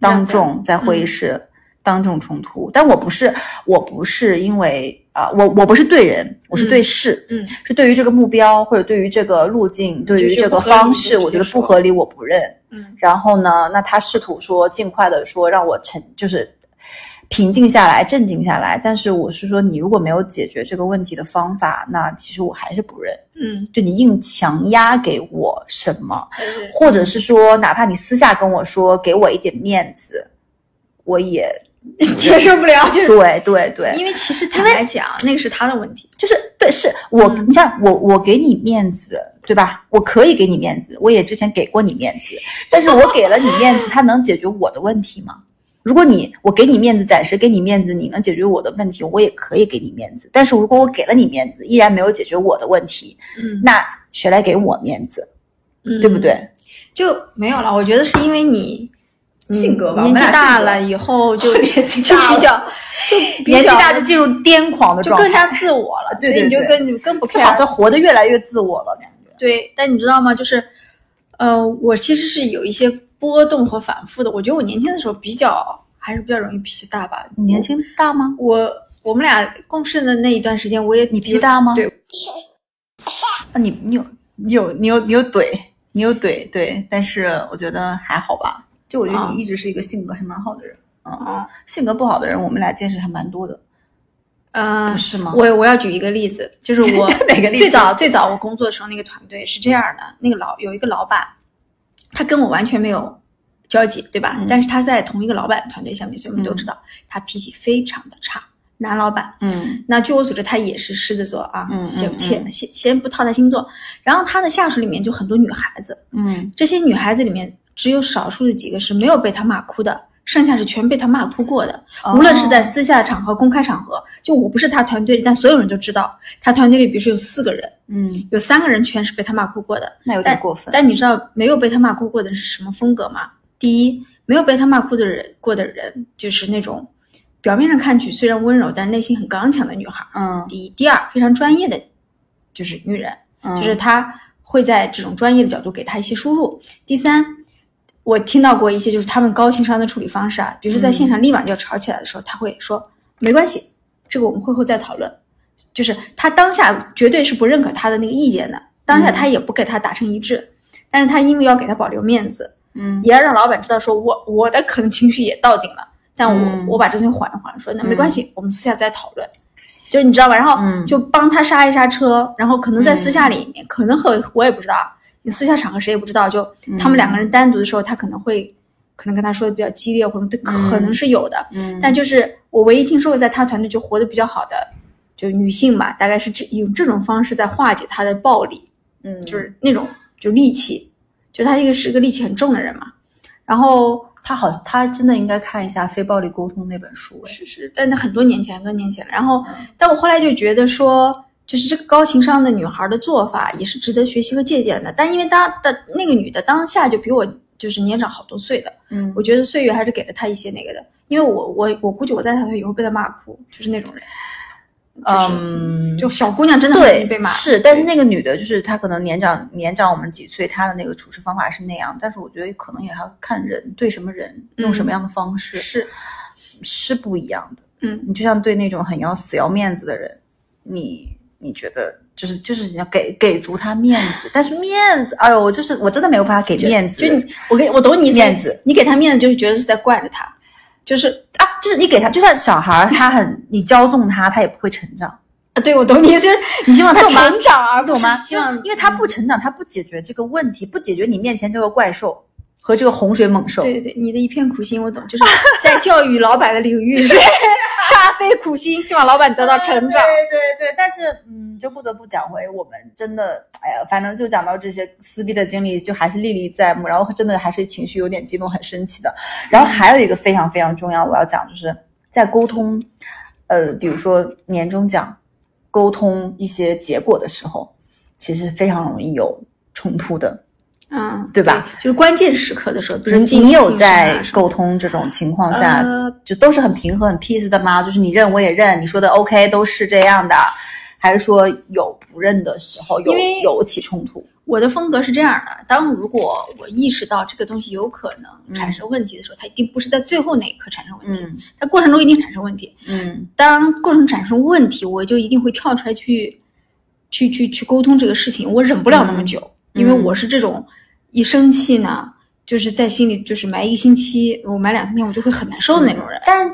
[SPEAKER 2] 这样
[SPEAKER 1] 当
[SPEAKER 2] 子
[SPEAKER 1] 众在会议
[SPEAKER 2] 嗯
[SPEAKER 1] 室、当众冲突。但我不是，我不是因为啊、我我不是对人，我是对事，
[SPEAKER 2] 嗯，
[SPEAKER 1] 是对于这个目标或者对于这个路径，对于这个方式，
[SPEAKER 2] 就
[SPEAKER 1] 我
[SPEAKER 2] 是
[SPEAKER 1] 觉
[SPEAKER 2] 不合理就直接
[SPEAKER 1] 得
[SPEAKER 2] 说
[SPEAKER 1] 不合理，我不认。
[SPEAKER 2] 嗯
[SPEAKER 1] 然后呢，那他试图说尽快的说让我沉，就是平静下来、镇静下来。但是我是说，你如果没有解决这个问题的方法，那其实我还是不认。
[SPEAKER 2] 嗯，
[SPEAKER 1] 就你硬强压给我什么？
[SPEAKER 2] 还是
[SPEAKER 1] 或者是说，哪怕你私下跟我说给我一点面子，我也 *laughs*
[SPEAKER 2] 接受不 *laughs* 了，就是
[SPEAKER 1] 对对对，
[SPEAKER 2] 因为其实坦白讲，那个是他的问题，
[SPEAKER 1] 就是对，是我，
[SPEAKER 2] 嗯
[SPEAKER 1] 你像我，我给你面子，对吧？我可以给你面子，我也之前给过你面子，但是我给了你面子，它能解决我的问题吗？如果你我给你面子，暂时给你面子，你能解决我的问题，我也可以给你面子。但是如果我给了你面子，依然没有解决我的问题，
[SPEAKER 2] 嗯，
[SPEAKER 1] 那谁来给我面子，
[SPEAKER 2] 嗯
[SPEAKER 1] 对不？对？
[SPEAKER 2] 就没有了。我觉得是因为你
[SPEAKER 1] 性格吧
[SPEAKER 2] 嗯
[SPEAKER 1] 我们俩
[SPEAKER 2] 年纪大
[SPEAKER 1] 性格
[SPEAKER 2] 了以后就
[SPEAKER 1] *laughs* 年纪
[SPEAKER 2] 就
[SPEAKER 1] 大
[SPEAKER 2] 比
[SPEAKER 1] 了
[SPEAKER 2] 较就比
[SPEAKER 1] 年纪
[SPEAKER 2] 较
[SPEAKER 1] 大就进入癫狂的
[SPEAKER 2] 就
[SPEAKER 1] 状态，
[SPEAKER 2] 更加自我了，
[SPEAKER 1] *laughs* 对对对
[SPEAKER 2] 所以你就更更不
[SPEAKER 1] 就好
[SPEAKER 2] care。
[SPEAKER 1] 像活得越来越自我了，感觉。
[SPEAKER 2] 对，但你知道吗？就是，呃，我其实是有一些波动和反复的。我觉得我年轻的时候比较还是比较容易脾气大吧。
[SPEAKER 1] 你年轻大吗？
[SPEAKER 2] 我我们俩共事的那一段时间，我也
[SPEAKER 1] 你脾气大吗？
[SPEAKER 2] 对，
[SPEAKER 1] 啊，你你有你有你有你有怼，你有怼对，但是我觉得还好吧。就我觉得
[SPEAKER 2] 啊
[SPEAKER 1] 你一直是一个性格还蛮好的人，嗯
[SPEAKER 2] 啊，
[SPEAKER 1] 性格不好的人，我们俩见识还蛮多的，
[SPEAKER 2] 嗯、
[SPEAKER 1] 不是吗？
[SPEAKER 2] 我我要举一个例子，就是我
[SPEAKER 1] *laughs* 哪个例子
[SPEAKER 2] 最早最早我工作的时候，那个团队是这样的，那个老有一个老板，他跟我完全没有交集，对吧？
[SPEAKER 1] 嗯
[SPEAKER 2] 但是他在同一个老板团队下面，所以我们都
[SPEAKER 1] 嗯
[SPEAKER 2] 知道、他脾气非常的差，男老板。
[SPEAKER 1] 嗯
[SPEAKER 2] 那据我所知，他也是狮子座啊，
[SPEAKER 1] 嗯嗯
[SPEAKER 2] 先
[SPEAKER 1] 嗯
[SPEAKER 2] 先先先不套他星座，然后他的下属里面就很多女孩子，
[SPEAKER 1] 嗯，
[SPEAKER 2] 这些女孩子里面只有少数的几个是没有被他骂哭的，剩下是全被他骂哭过的。
[SPEAKER 1] 哦
[SPEAKER 2] 嗯无论是在私下场合、公开场合，就我不是他团队里，但所有人都知道，他团队里比如说有四个人，
[SPEAKER 1] 嗯，
[SPEAKER 2] 有三个人全是被他骂哭过的。
[SPEAKER 1] 那有点过分。
[SPEAKER 2] 但你知道没有被他骂哭过的人是什么风格吗？第一，没有被他骂哭的人过的人就是那种表面上看去虽然温柔，但内心很刚强的女孩。
[SPEAKER 1] 嗯，
[SPEAKER 2] 第一，第二，非常专业的就是女人，
[SPEAKER 1] 嗯
[SPEAKER 2] 就是她会在这种专业的角度给她一些输入。第三，我听到过一些就是他们高情商的处理方式啊，比如说在现场立马就要吵起来的时候，他会说没关系，这个我们会后再讨论。就是他当下绝对是不认可他的那个意见的，当下他也不给他达成一致，但是他因为要给他保留面子，
[SPEAKER 1] 嗯
[SPEAKER 2] 也要让老板知道说我我的可能情绪也到顶了，但我、
[SPEAKER 1] 嗯
[SPEAKER 2] 我把这东西缓一缓，说那没
[SPEAKER 1] 嗯
[SPEAKER 2] 关系，我们私下再讨论。就是你知道吧？然后
[SPEAKER 1] 嗯
[SPEAKER 2] 就帮他刹一刹车，然后可能在
[SPEAKER 1] 嗯
[SPEAKER 2] 私下里面，可能和我也不知道，你私下场合谁也不知道，就他们
[SPEAKER 1] 嗯
[SPEAKER 2] 两个人单独的时候，他可能会可能跟他说的比较激烈，或者可能是有的。
[SPEAKER 1] 嗯，
[SPEAKER 2] 但就是我唯一听说过在他团队就活得比较好的，就女性吧，大概是这用这种方式在化解他的暴力，
[SPEAKER 1] 嗯
[SPEAKER 2] 就是那种就戾气，就他这个是个戾气很重的人嘛。然后
[SPEAKER 1] 他好，他真的应该看一下《非暴力沟通》那本书。哎
[SPEAKER 2] 是是，但那很多年前，很多年前了。然后
[SPEAKER 1] 嗯，
[SPEAKER 2] 但我后来就觉得说，就是这个高情商的女孩的做法也是值得学习和借鉴的。但因为当的那个女的当下就比我就是年长好多岁的，
[SPEAKER 1] 嗯
[SPEAKER 2] 我觉得岁月还是给了她一些那个的。因为我我我估计我在她以后被她骂哭，就是那种人。
[SPEAKER 1] 嗯，
[SPEAKER 2] 就小姑娘真的很容易
[SPEAKER 1] 对
[SPEAKER 2] 被骂，，
[SPEAKER 1] 是，但是那个女的，就是她可能年长年长我们几岁，她的那个处事方法是那样，但是我觉得可能也还要看人，对什么人，用什么样的方式、
[SPEAKER 2] 嗯是，
[SPEAKER 1] 是不一样的。
[SPEAKER 2] 嗯，
[SPEAKER 1] 你就像对那种很要死要面子的人，你你觉得就是就是你要给给足他面子，但是面子，哎呦，我就是我真的没有办法给面子，
[SPEAKER 2] 就你，我给我懂你意思
[SPEAKER 1] 面子，
[SPEAKER 2] 你给他面子就是觉得是在惯着他，就是
[SPEAKER 1] 啊，就是你给他，就像小孩儿，他很你骄纵他，他也不会成
[SPEAKER 2] *laughs*
[SPEAKER 1] 长。
[SPEAKER 2] 啊，对我懂你意思，就是你希望他
[SPEAKER 1] 你懂吗
[SPEAKER 2] 成长，而
[SPEAKER 1] 懂
[SPEAKER 2] 不
[SPEAKER 1] 吗
[SPEAKER 2] 是？希望，嗯
[SPEAKER 1] 因为他不成长，他不解决这个问题，不解决你面前这个怪兽和这个洪水猛兽，
[SPEAKER 2] 对对对，你的一片苦心我懂，就是在教育老板的领域 *laughs* 是煞费苦心，希望老板得到成长。
[SPEAKER 1] 哎对对对，但是嗯，就不得不讲回我们真的，哎呀，反正就讲到这些撕逼的经历，就还是历历在目。然后真的还是情绪有点激动，很生气的。然后还有一个非常非常重要，我要讲就是在沟通，呃，比如说年终奖，沟通一些结果的时候，其实非常容易有冲突的。
[SPEAKER 2] 嗯，
[SPEAKER 1] 对吧？
[SPEAKER 2] 就是关键时刻的时候，比如
[SPEAKER 1] 你
[SPEAKER 2] 进
[SPEAKER 1] 你有
[SPEAKER 2] 进
[SPEAKER 1] 在
[SPEAKER 2] 行啊
[SPEAKER 1] 沟通这种情况
[SPEAKER 2] 什么
[SPEAKER 1] 下，
[SPEAKER 2] 呃，
[SPEAKER 1] 就都是很平和、很 peace 的吗？就是你认我也认，你说的 OK 都是这样的，还是说有不认的时候，有
[SPEAKER 2] 因为
[SPEAKER 1] 有起冲突？
[SPEAKER 2] 我的风格是这样的：当如果我意识到这个东西有可能产生问题的时候，它一定不是在最后那一刻产生问题，
[SPEAKER 1] 嗯
[SPEAKER 2] 它过程中一定产生问题。
[SPEAKER 1] 嗯
[SPEAKER 2] 当过程产生问题，我就一定会跳出来去，去去去沟通这个事情。我忍不了那么久，
[SPEAKER 1] 嗯
[SPEAKER 2] 因为我是这种一生气呢，就是在心里就是埋一个星期，我埋两三天，我就会很难受的那种人。
[SPEAKER 1] 但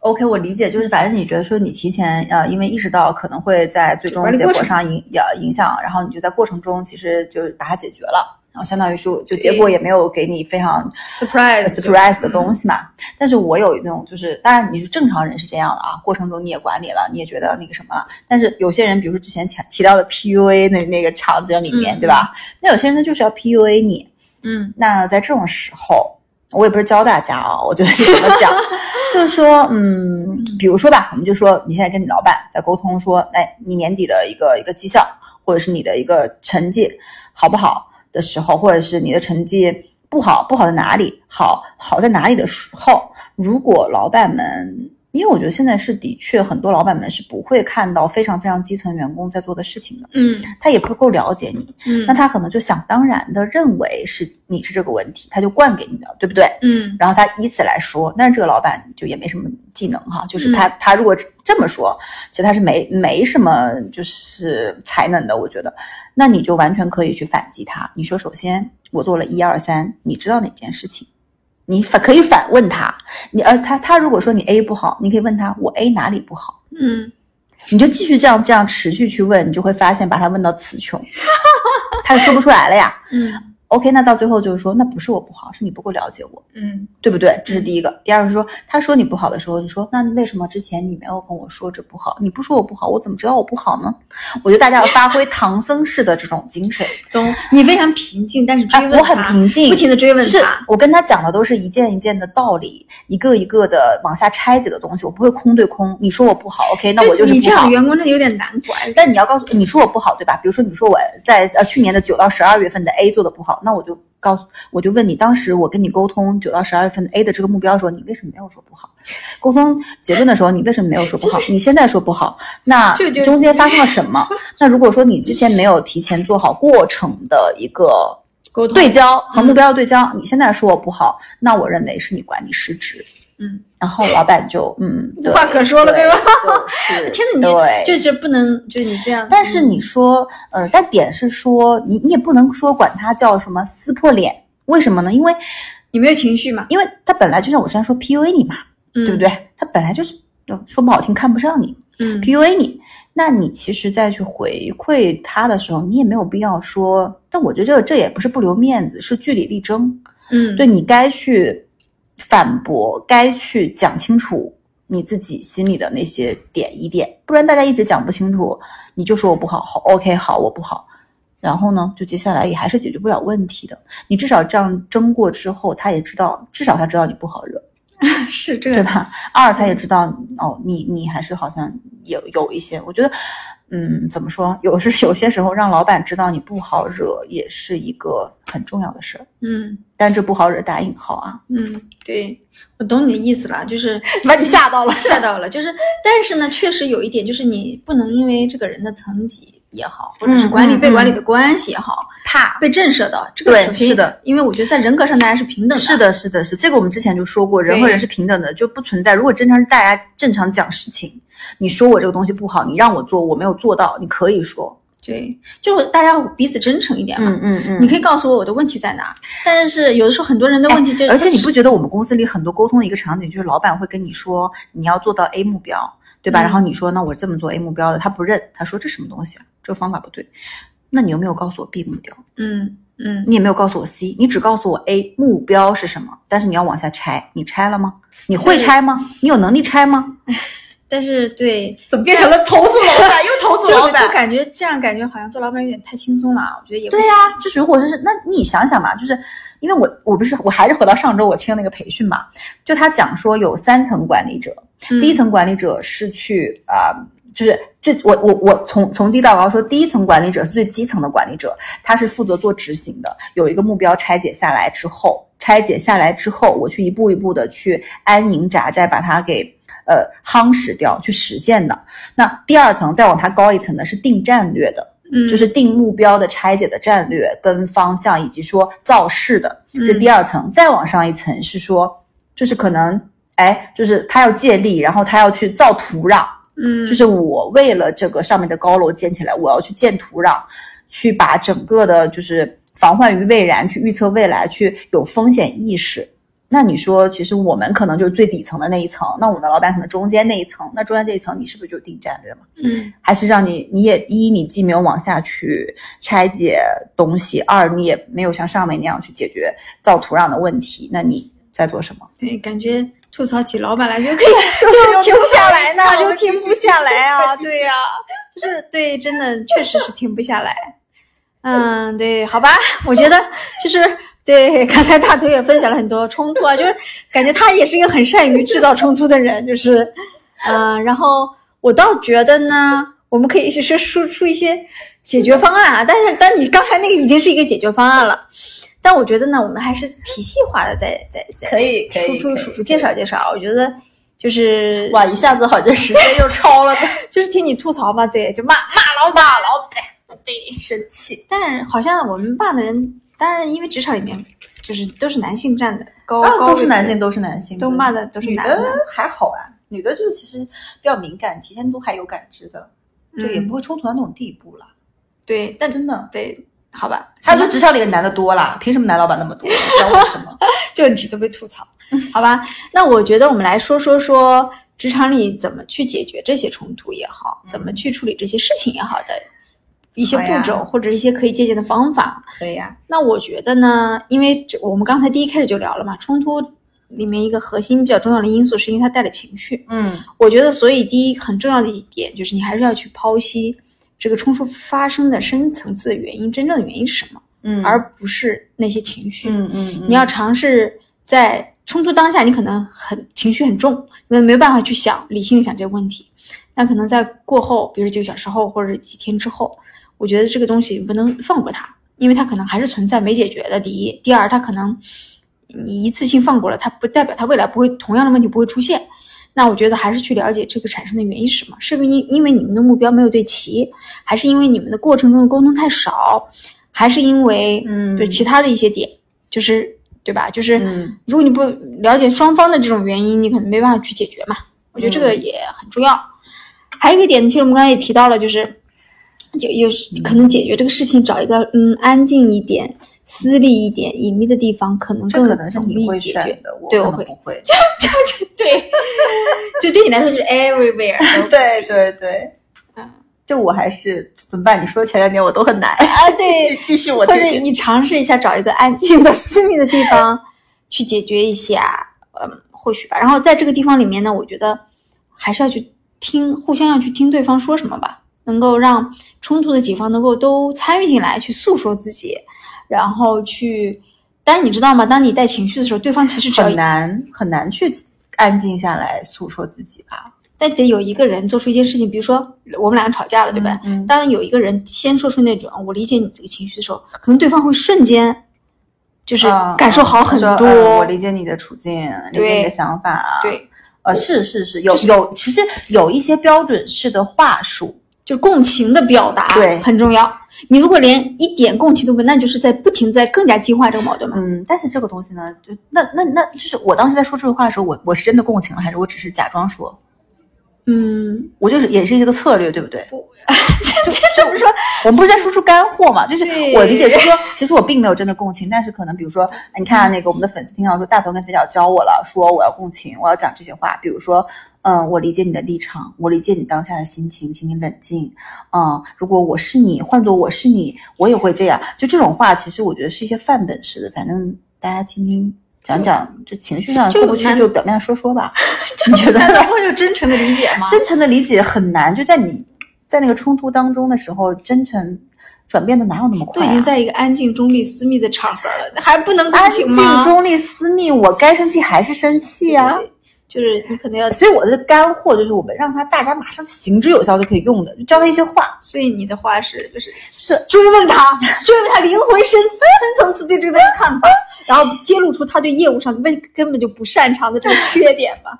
[SPEAKER 1] OK，我理解，就是反正你觉得说你提前呃，因为意识到可能会在最终
[SPEAKER 2] 玩的
[SPEAKER 1] 结
[SPEAKER 2] 过
[SPEAKER 1] 果
[SPEAKER 2] 程
[SPEAKER 1] 上影呃影响，然后你就在过程中其实就把它解决了。然后相当于说，就结
[SPEAKER 2] 对
[SPEAKER 1] 果也没有给你非常
[SPEAKER 2] surprise
[SPEAKER 1] surprise 的
[SPEAKER 2] 西。嗯
[SPEAKER 1] 东西嘛。但是我有那种，就是当然你是正常人是这样的啊，过程中你也管理了，你也觉得那个什么了。但是有些人，比如说之前提提到的 PUA 那那个场景里面，
[SPEAKER 2] 嗯
[SPEAKER 1] 对吧？那有些人他就是要 PUA 你。
[SPEAKER 2] 嗯，
[SPEAKER 1] 那在这种时候，我也不是教大家啊、我觉得是怎么讲，就是说，嗯，比如说吧，我们就说你现在跟你老板在沟通，说，哎，你年底的一个一个绩效，或者是你的一个成绩好不好的时候，或者是你的成绩不好，不好在哪里，好好在哪里的时候，如果老板们。因为我觉得现在是的确很多老板们是不会看到非常非常基层员工在做的事情的，
[SPEAKER 2] 嗯
[SPEAKER 1] 他也不够了解你，
[SPEAKER 2] 嗯，
[SPEAKER 1] 那他可能就想当然的认为是你是这个问题，他就灌给你的，对不对？
[SPEAKER 2] 嗯
[SPEAKER 1] 然后他以此来说，那这个老板就也没什么技能哈，就是他、他如果这么说，其实他是没没什么就是才能的，我觉得，那你就完全可以去反击他。你说，首先我做了一二三，你知道哪件事情？你反可以反问他，你呃他他如果说你 A 不好，你可以问他我 A 哪里不好，
[SPEAKER 2] 嗯，
[SPEAKER 1] 你就继续这样这样持续去问，你就会发现把他问到词穷， *laughs* 他就说不出来了呀。
[SPEAKER 2] 嗯
[SPEAKER 1] OK，那到最后就是说，那不是我不好，是你不够了解我，
[SPEAKER 2] 嗯
[SPEAKER 1] 对不对？这是第一个。第二个是说，他说你不好的时候，你说那为什么之前你没有跟我说这不好？你不说我不好，我怎么知道我不好呢？我觉得大家要发挥唐僧式的这种精神，
[SPEAKER 2] 懂。你非常平静，但是追
[SPEAKER 1] 啊
[SPEAKER 2] *laughs* 问他，
[SPEAKER 1] 我很平静
[SPEAKER 2] 不停的追
[SPEAKER 1] 就
[SPEAKER 2] 问
[SPEAKER 1] 是
[SPEAKER 2] 他。
[SPEAKER 1] 我跟他讲的都是一件一件的道理，一个一个的往下拆解的东西，我不会空对空。你说我不好，OK，那我就是
[SPEAKER 2] 你
[SPEAKER 1] 不
[SPEAKER 2] 这样
[SPEAKER 1] 好
[SPEAKER 2] 的。员工真的有点难管。
[SPEAKER 1] 但你要告诉你说我不好，对吧？比如说你说我在呃去年的九到十二月份的 A 做的不好，那我就告诉我就问你，当时我跟你沟通九到十二月份的 A 的这个目标的时候，你为什么没有说不好？沟通结论的时候，你为什么没有说不好？你现在说不好，那
[SPEAKER 2] 这就
[SPEAKER 1] 中间发生了什
[SPEAKER 2] *laughs*
[SPEAKER 1] 么？那如果说你之前没有提前做好过程的一个
[SPEAKER 2] 沟通
[SPEAKER 1] 对焦和目标的对焦，你现在说我不好，那我认为是你管理失职。
[SPEAKER 2] 嗯，
[SPEAKER 1] 然后老板就嗯，
[SPEAKER 2] 无话可说了
[SPEAKER 1] 对
[SPEAKER 2] 对吧？
[SPEAKER 1] 就是，
[SPEAKER 2] *laughs* 天哪，
[SPEAKER 1] 对
[SPEAKER 2] 你就是不能，就是你这样。嗯
[SPEAKER 1] 但是你说，呃，但点是说，你你也不能说管它叫什么撕破脸，为什么呢？因为
[SPEAKER 2] 你没有情绪嘛，
[SPEAKER 1] 因为它本来就像我之前说 PUA 你嘛，
[SPEAKER 2] 对
[SPEAKER 1] 对不？对？它本来就是呃说不好听看不上你
[SPEAKER 2] 嗯，
[SPEAKER 1] PUA 你，那你其实再去回馈他的时候，你也没有必要说。但我觉得这这也不是不留面子，是据理力争。
[SPEAKER 2] 嗯，
[SPEAKER 1] 对你该去反驳，该去讲清楚你自己心里的那些点一点，不然大家一直讲不清楚，你就说我不好，好 OK 好我不好，然后呢，就接下来也还是解决不了问题的。你至少这样争过之后，他也知道，至少他知道你不好惹，
[SPEAKER 2] 是这
[SPEAKER 1] 对
[SPEAKER 2] 个，
[SPEAKER 1] 吧？二他也知道哦，你你还是好像有有一些，我觉得嗯，怎么说？有是有些时候让老板知道你不好惹，也是一个很重要的事儿。
[SPEAKER 2] 嗯
[SPEAKER 1] 但这不好惹打引号啊，
[SPEAKER 2] 嗯，对，我懂你的意思了，就是
[SPEAKER 1] *laughs* 把你吓到了
[SPEAKER 2] *laughs* 吓到了，就是，但是呢，确实有一点，就是你不能因为这个人的层级也好，或者是
[SPEAKER 1] 嗯
[SPEAKER 2] 管理
[SPEAKER 1] 嗯
[SPEAKER 2] 被管理
[SPEAKER 1] 嗯
[SPEAKER 2] 的关系也好，
[SPEAKER 1] 怕。
[SPEAKER 2] 被震慑到，这个
[SPEAKER 1] 对
[SPEAKER 2] 首先
[SPEAKER 1] 是的，
[SPEAKER 2] 因为我觉得在人格上大家是平等的，
[SPEAKER 1] 是，的，是的，是这个我们之前就说过，人和
[SPEAKER 2] 对
[SPEAKER 1] 人是平等的，就不存在。如果正常大家正常讲事情，你说我这个东西不好，你让我做，我没有做到，你可以说。
[SPEAKER 2] 对，就是大家彼此真诚一点嘛。
[SPEAKER 1] 嗯嗯
[SPEAKER 2] 你可以告诉我我的问题在哪儿，但是有的时候很多人的问题就是，
[SPEAKER 1] 哎而且你不觉得我们公司里很多沟通的一个场景，就是老板会跟你说你要做到 A 目标，对吧？
[SPEAKER 2] 嗯
[SPEAKER 1] 然后你说那我这么做 A 目标的，他不认，他说这什么东西啊，这个方法不对。那你又没有告诉我 B 目标，
[SPEAKER 2] 嗯嗯，
[SPEAKER 1] 你也没有告诉我 C，你只告诉我 A 目标是什么，但是你要往下拆，你拆了吗？你会
[SPEAKER 2] 对
[SPEAKER 1] 拆吗？你有能力拆吗？
[SPEAKER 2] 但是对，
[SPEAKER 1] 怎么变成了投诉老板，又投
[SPEAKER 2] 就就感觉这样感觉好像做老板有点太轻松了啊，我觉得也不
[SPEAKER 1] 对
[SPEAKER 2] 行
[SPEAKER 1] 呀、就是如果是那你想想嘛，就是因为我我不是我还是回到上周我听那个培训嘛，就他讲说有三层管理者，第一，层管理者是去啊、就是最我我我从从低到高说，第一层管理者是最基层的管理者，他是负责做执行的，有一个目标拆解下来之后，拆解下来之后，我去一步一步的去安营扎寨，把它给呃夯实掉，去实现的。那第二层再往它高一层的是定战略的，
[SPEAKER 2] 嗯，
[SPEAKER 1] 就是定目标的拆解的战略跟方向，以及说造势的，
[SPEAKER 2] 嗯
[SPEAKER 1] 这第二层。再往上一层是说，就是可能，哎，就是他要借力，然后他要去造土壤，
[SPEAKER 2] 嗯，
[SPEAKER 1] 就是我为了这个上面的高楼建起来，我要去建土壤，去把整个的就是防患于未然，去预测未来，去有风险意识。那你说，其实我们可能就是最底层的那一层，那我们的老板可能中间那一层，那中间这一层你是不是就定战略嘛？
[SPEAKER 2] 嗯
[SPEAKER 1] 还是让你你也一你既没有往下去拆解东西，二你也没有像上面那样去解决造土壤的问题，那你在做什么？
[SPEAKER 2] 对，感觉吐槽起老板来就可以 *laughs* 就
[SPEAKER 1] 就停不下来呢
[SPEAKER 2] 就
[SPEAKER 1] 就停不下来啊对
[SPEAKER 2] 呀、 *laughs* 就是对，真的确实是停不下来。嗯，对，好吧，我觉得就是对，刚才大腿也分享了很多冲突啊，就是感觉他也是一个很善于制造冲突的人，就是嗯、然后我倒觉得呢，我们可以就是输出一些解决方案啊，但是但你刚才那个已经是一个解决方案了。但我觉得呢，我们还是体系化的再再再
[SPEAKER 1] 以
[SPEAKER 2] 输出输出介绍介绍，我觉得就是
[SPEAKER 1] 哇，一下子好像时间又超 *laughs* 了，
[SPEAKER 2] 就是听你吐槽吧，对，就骂骂老板，骂老板，
[SPEAKER 1] *laughs*
[SPEAKER 2] 对，生气。但是好像我们骂的人，当然因为职场里面就是都是男性占的高，高
[SPEAKER 1] 啊都是
[SPEAKER 2] 位的
[SPEAKER 1] 男性，，都是男性，
[SPEAKER 2] 都骂的都是
[SPEAKER 1] 女
[SPEAKER 2] 男的
[SPEAKER 1] 的，还好啊，女的就是其实比较敏感，提前都还有感知的，就也
[SPEAKER 2] 嗯
[SPEAKER 1] 不会冲突到那种地步了。
[SPEAKER 2] 对，但
[SPEAKER 1] 但真的，啊
[SPEAKER 2] 对，好吧，
[SPEAKER 1] 他
[SPEAKER 2] 行
[SPEAKER 1] 说
[SPEAKER 2] 吧
[SPEAKER 1] 职场里的男的多啦，凭什么男老板那么多？不知道为什么？
[SPEAKER 2] 就你值得被
[SPEAKER 1] *laughs*
[SPEAKER 2] 吐槽，好吧？那我觉得我们来说说说职场里怎么去解决这些冲突也好，怎么去处理这些事情也好的一些
[SPEAKER 1] 好呀
[SPEAKER 2] 步骤，或者一些可以借鉴的方法。
[SPEAKER 1] *laughs* 对呀，
[SPEAKER 2] 那我觉得呢，因为这我们刚才第一开始就聊了嘛，冲突里面一个核心比较重要的因素是因为它带了情绪。
[SPEAKER 1] 嗯，
[SPEAKER 2] 我觉得，所以第一很重要的一点就是你还是要去剖析这个冲突发生的深层次的原因，真正的原因是什么，
[SPEAKER 1] 嗯
[SPEAKER 2] 而不是那些情绪。
[SPEAKER 1] 嗯嗯，
[SPEAKER 2] 你要尝试在冲突当下，你可能很情绪很重，那没办法去想理性地想这个问题。但可能在过后，比如几个小时后或者几天之后，我觉得这个东西你不能放过它，因为它可能还是存在没解决的。第一，第二，它可能你一次性放过了，它不代表它未来不会同样的问题不会出现。那我觉得还是去了解这个产生的原因是什么，是不是因因为你们的目标没有对齐，还是因为你们的过程中的沟通太少，还是因为
[SPEAKER 1] 嗯
[SPEAKER 2] 就其他的一些点，就是对吧？就是
[SPEAKER 1] 嗯
[SPEAKER 2] 如果你不了解双方的这种原因，你可能没办法去解决嘛。我觉得这个
[SPEAKER 1] 嗯
[SPEAKER 2] 也很重要。还有一个点，其实我们刚才也提到了，就是有有
[SPEAKER 1] 嗯
[SPEAKER 2] 可能解决这个事情，找一个嗯安静一点、私立一点、隐秘的地方，可能
[SPEAKER 1] 这
[SPEAKER 2] 更
[SPEAKER 1] 可能是
[SPEAKER 2] 容
[SPEAKER 1] 你
[SPEAKER 2] 易
[SPEAKER 1] 会
[SPEAKER 2] 解
[SPEAKER 1] 选
[SPEAKER 2] 决。
[SPEAKER 1] 的，我
[SPEAKER 2] 对
[SPEAKER 1] 可
[SPEAKER 2] 我
[SPEAKER 1] 能
[SPEAKER 2] 会
[SPEAKER 1] 不 *laughs*
[SPEAKER 2] *laughs*
[SPEAKER 1] 会。
[SPEAKER 2] 对，就对你来说就是 everywhere
[SPEAKER 1] *laughs*
[SPEAKER 2] 都
[SPEAKER 1] 对对对，
[SPEAKER 2] 嗯，
[SPEAKER 1] 就我还是怎么办？你说前两年我都很难，
[SPEAKER 2] 啊，对，
[SPEAKER 1] *laughs* 继续我
[SPEAKER 2] 或
[SPEAKER 1] 听
[SPEAKER 2] 者
[SPEAKER 1] 听。
[SPEAKER 2] 你尝试一下找一个安静的、私密的地方去解决一下，嗯，或许吧。然后在这个地方里面呢，我觉得还是要去听，互相要去听对方说什么吧，能够让冲突的几方能够都参与进来，去诉说自己，然后去。但是你知道吗？当你带情绪的时候，对方其实只要
[SPEAKER 1] 很难很难去安静下来诉说自己吧，
[SPEAKER 2] 但得有一个人做出一件事情，比如说我们两个吵架了，对吧？
[SPEAKER 1] 嗯嗯
[SPEAKER 2] 当有一个人先说出那种“我理解你这个情绪”的时候，可能对方会瞬间就是
[SPEAKER 1] 嗯
[SPEAKER 2] 感受好很
[SPEAKER 1] 说
[SPEAKER 2] 多。
[SPEAKER 1] 嗯我理解你的处境，理解你的
[SPEAKER 2] 对
[SPEAKER 1] 想法。，
[SPEAKER 2] 对，
[SPEAKER 1] 呃，是是是，有有，其实有一些标准式的话术，
[SPEAKER 2] 就共情的表达
[SPEAKER 1] 对
[SPEAKER 2] 很重要。你如果连一点共情都没有，那就是在不停地在更加激化这个矛盾嘛。
[SPEAKER 1] 嗯，但是这个东西呢，就那那那就是我当时在说这句话的时候，我我是真的共情了，还是我只是假装说？
[SPEAKER 2] 嗯，
[SPEAKER 1] 我就是也是一个策略，对不对？ *laughs*
[SPEAKER 2] *laughs* 这这怎么说？
[SPEAKER 1] 我们不是在输出干货嘛？就是
[SPEAKER 2] 对
[SPEAKER 1] 我理解是说，其实我并没有真的共情，但是可能比如说，哎你看那个我们的粉丝听到说大头跟肥脚教我了，说我要共情，我要讲这些话，比如说，嗯，我理解你的立场，我理解你当下的心情，请你冷静。嗯，如果我是你，换做我是你，我也会这样。就这种话，其实我觉得是一些范本式的，反正大家听听讲讲，就情绪上
[SPEAKER 2] 就
[SPEAKER 1] 过不去
[SPEAKER 2] 难
[SPEAKER 1] 就表面上说说
[SPEAKER 2] *laughs*
[SPEAKER 1] 吧。你觉得呢？
[SPEAKER 2] 会有 *laughs* 真诚的理解吗
[SPEAKER 1] 真诚的理解很难，就在你在那个冲突当中的时候，真诚转变的哪有那么
[SPEAKER 2] *laughs* 都
[SPEAKER 1] 快、
[SPEAKER 2] 已
[SPEAKER 1] 啊？
[SPEAKER 2] 经在一个安静、中立、私密的场合了，还不能共
[SPEAKER 1] 安
[SPEAKER 2] 情
[SPEAKER 1] 静、
[SPEAKER 2] 吗？
[SPEAKER 1] 中立、私密，我该生气还是生气啊？
[SPEAKER 2] 对就是你可能要，
[SPEAKER 1] 所以我的干货就是我们让他大家马上行之有效就可以用的，就教他一些话，
[SPEAKER 2] 所以你的话是就是
[SPEAKER 1] 是
[SPEAKER 2] 追问 *laughs* 他，追问他灵魂深层深层次对这个东西的看法， *laughs* 然后揭露出他对业务上根根本就不擅长的这个缺点吧。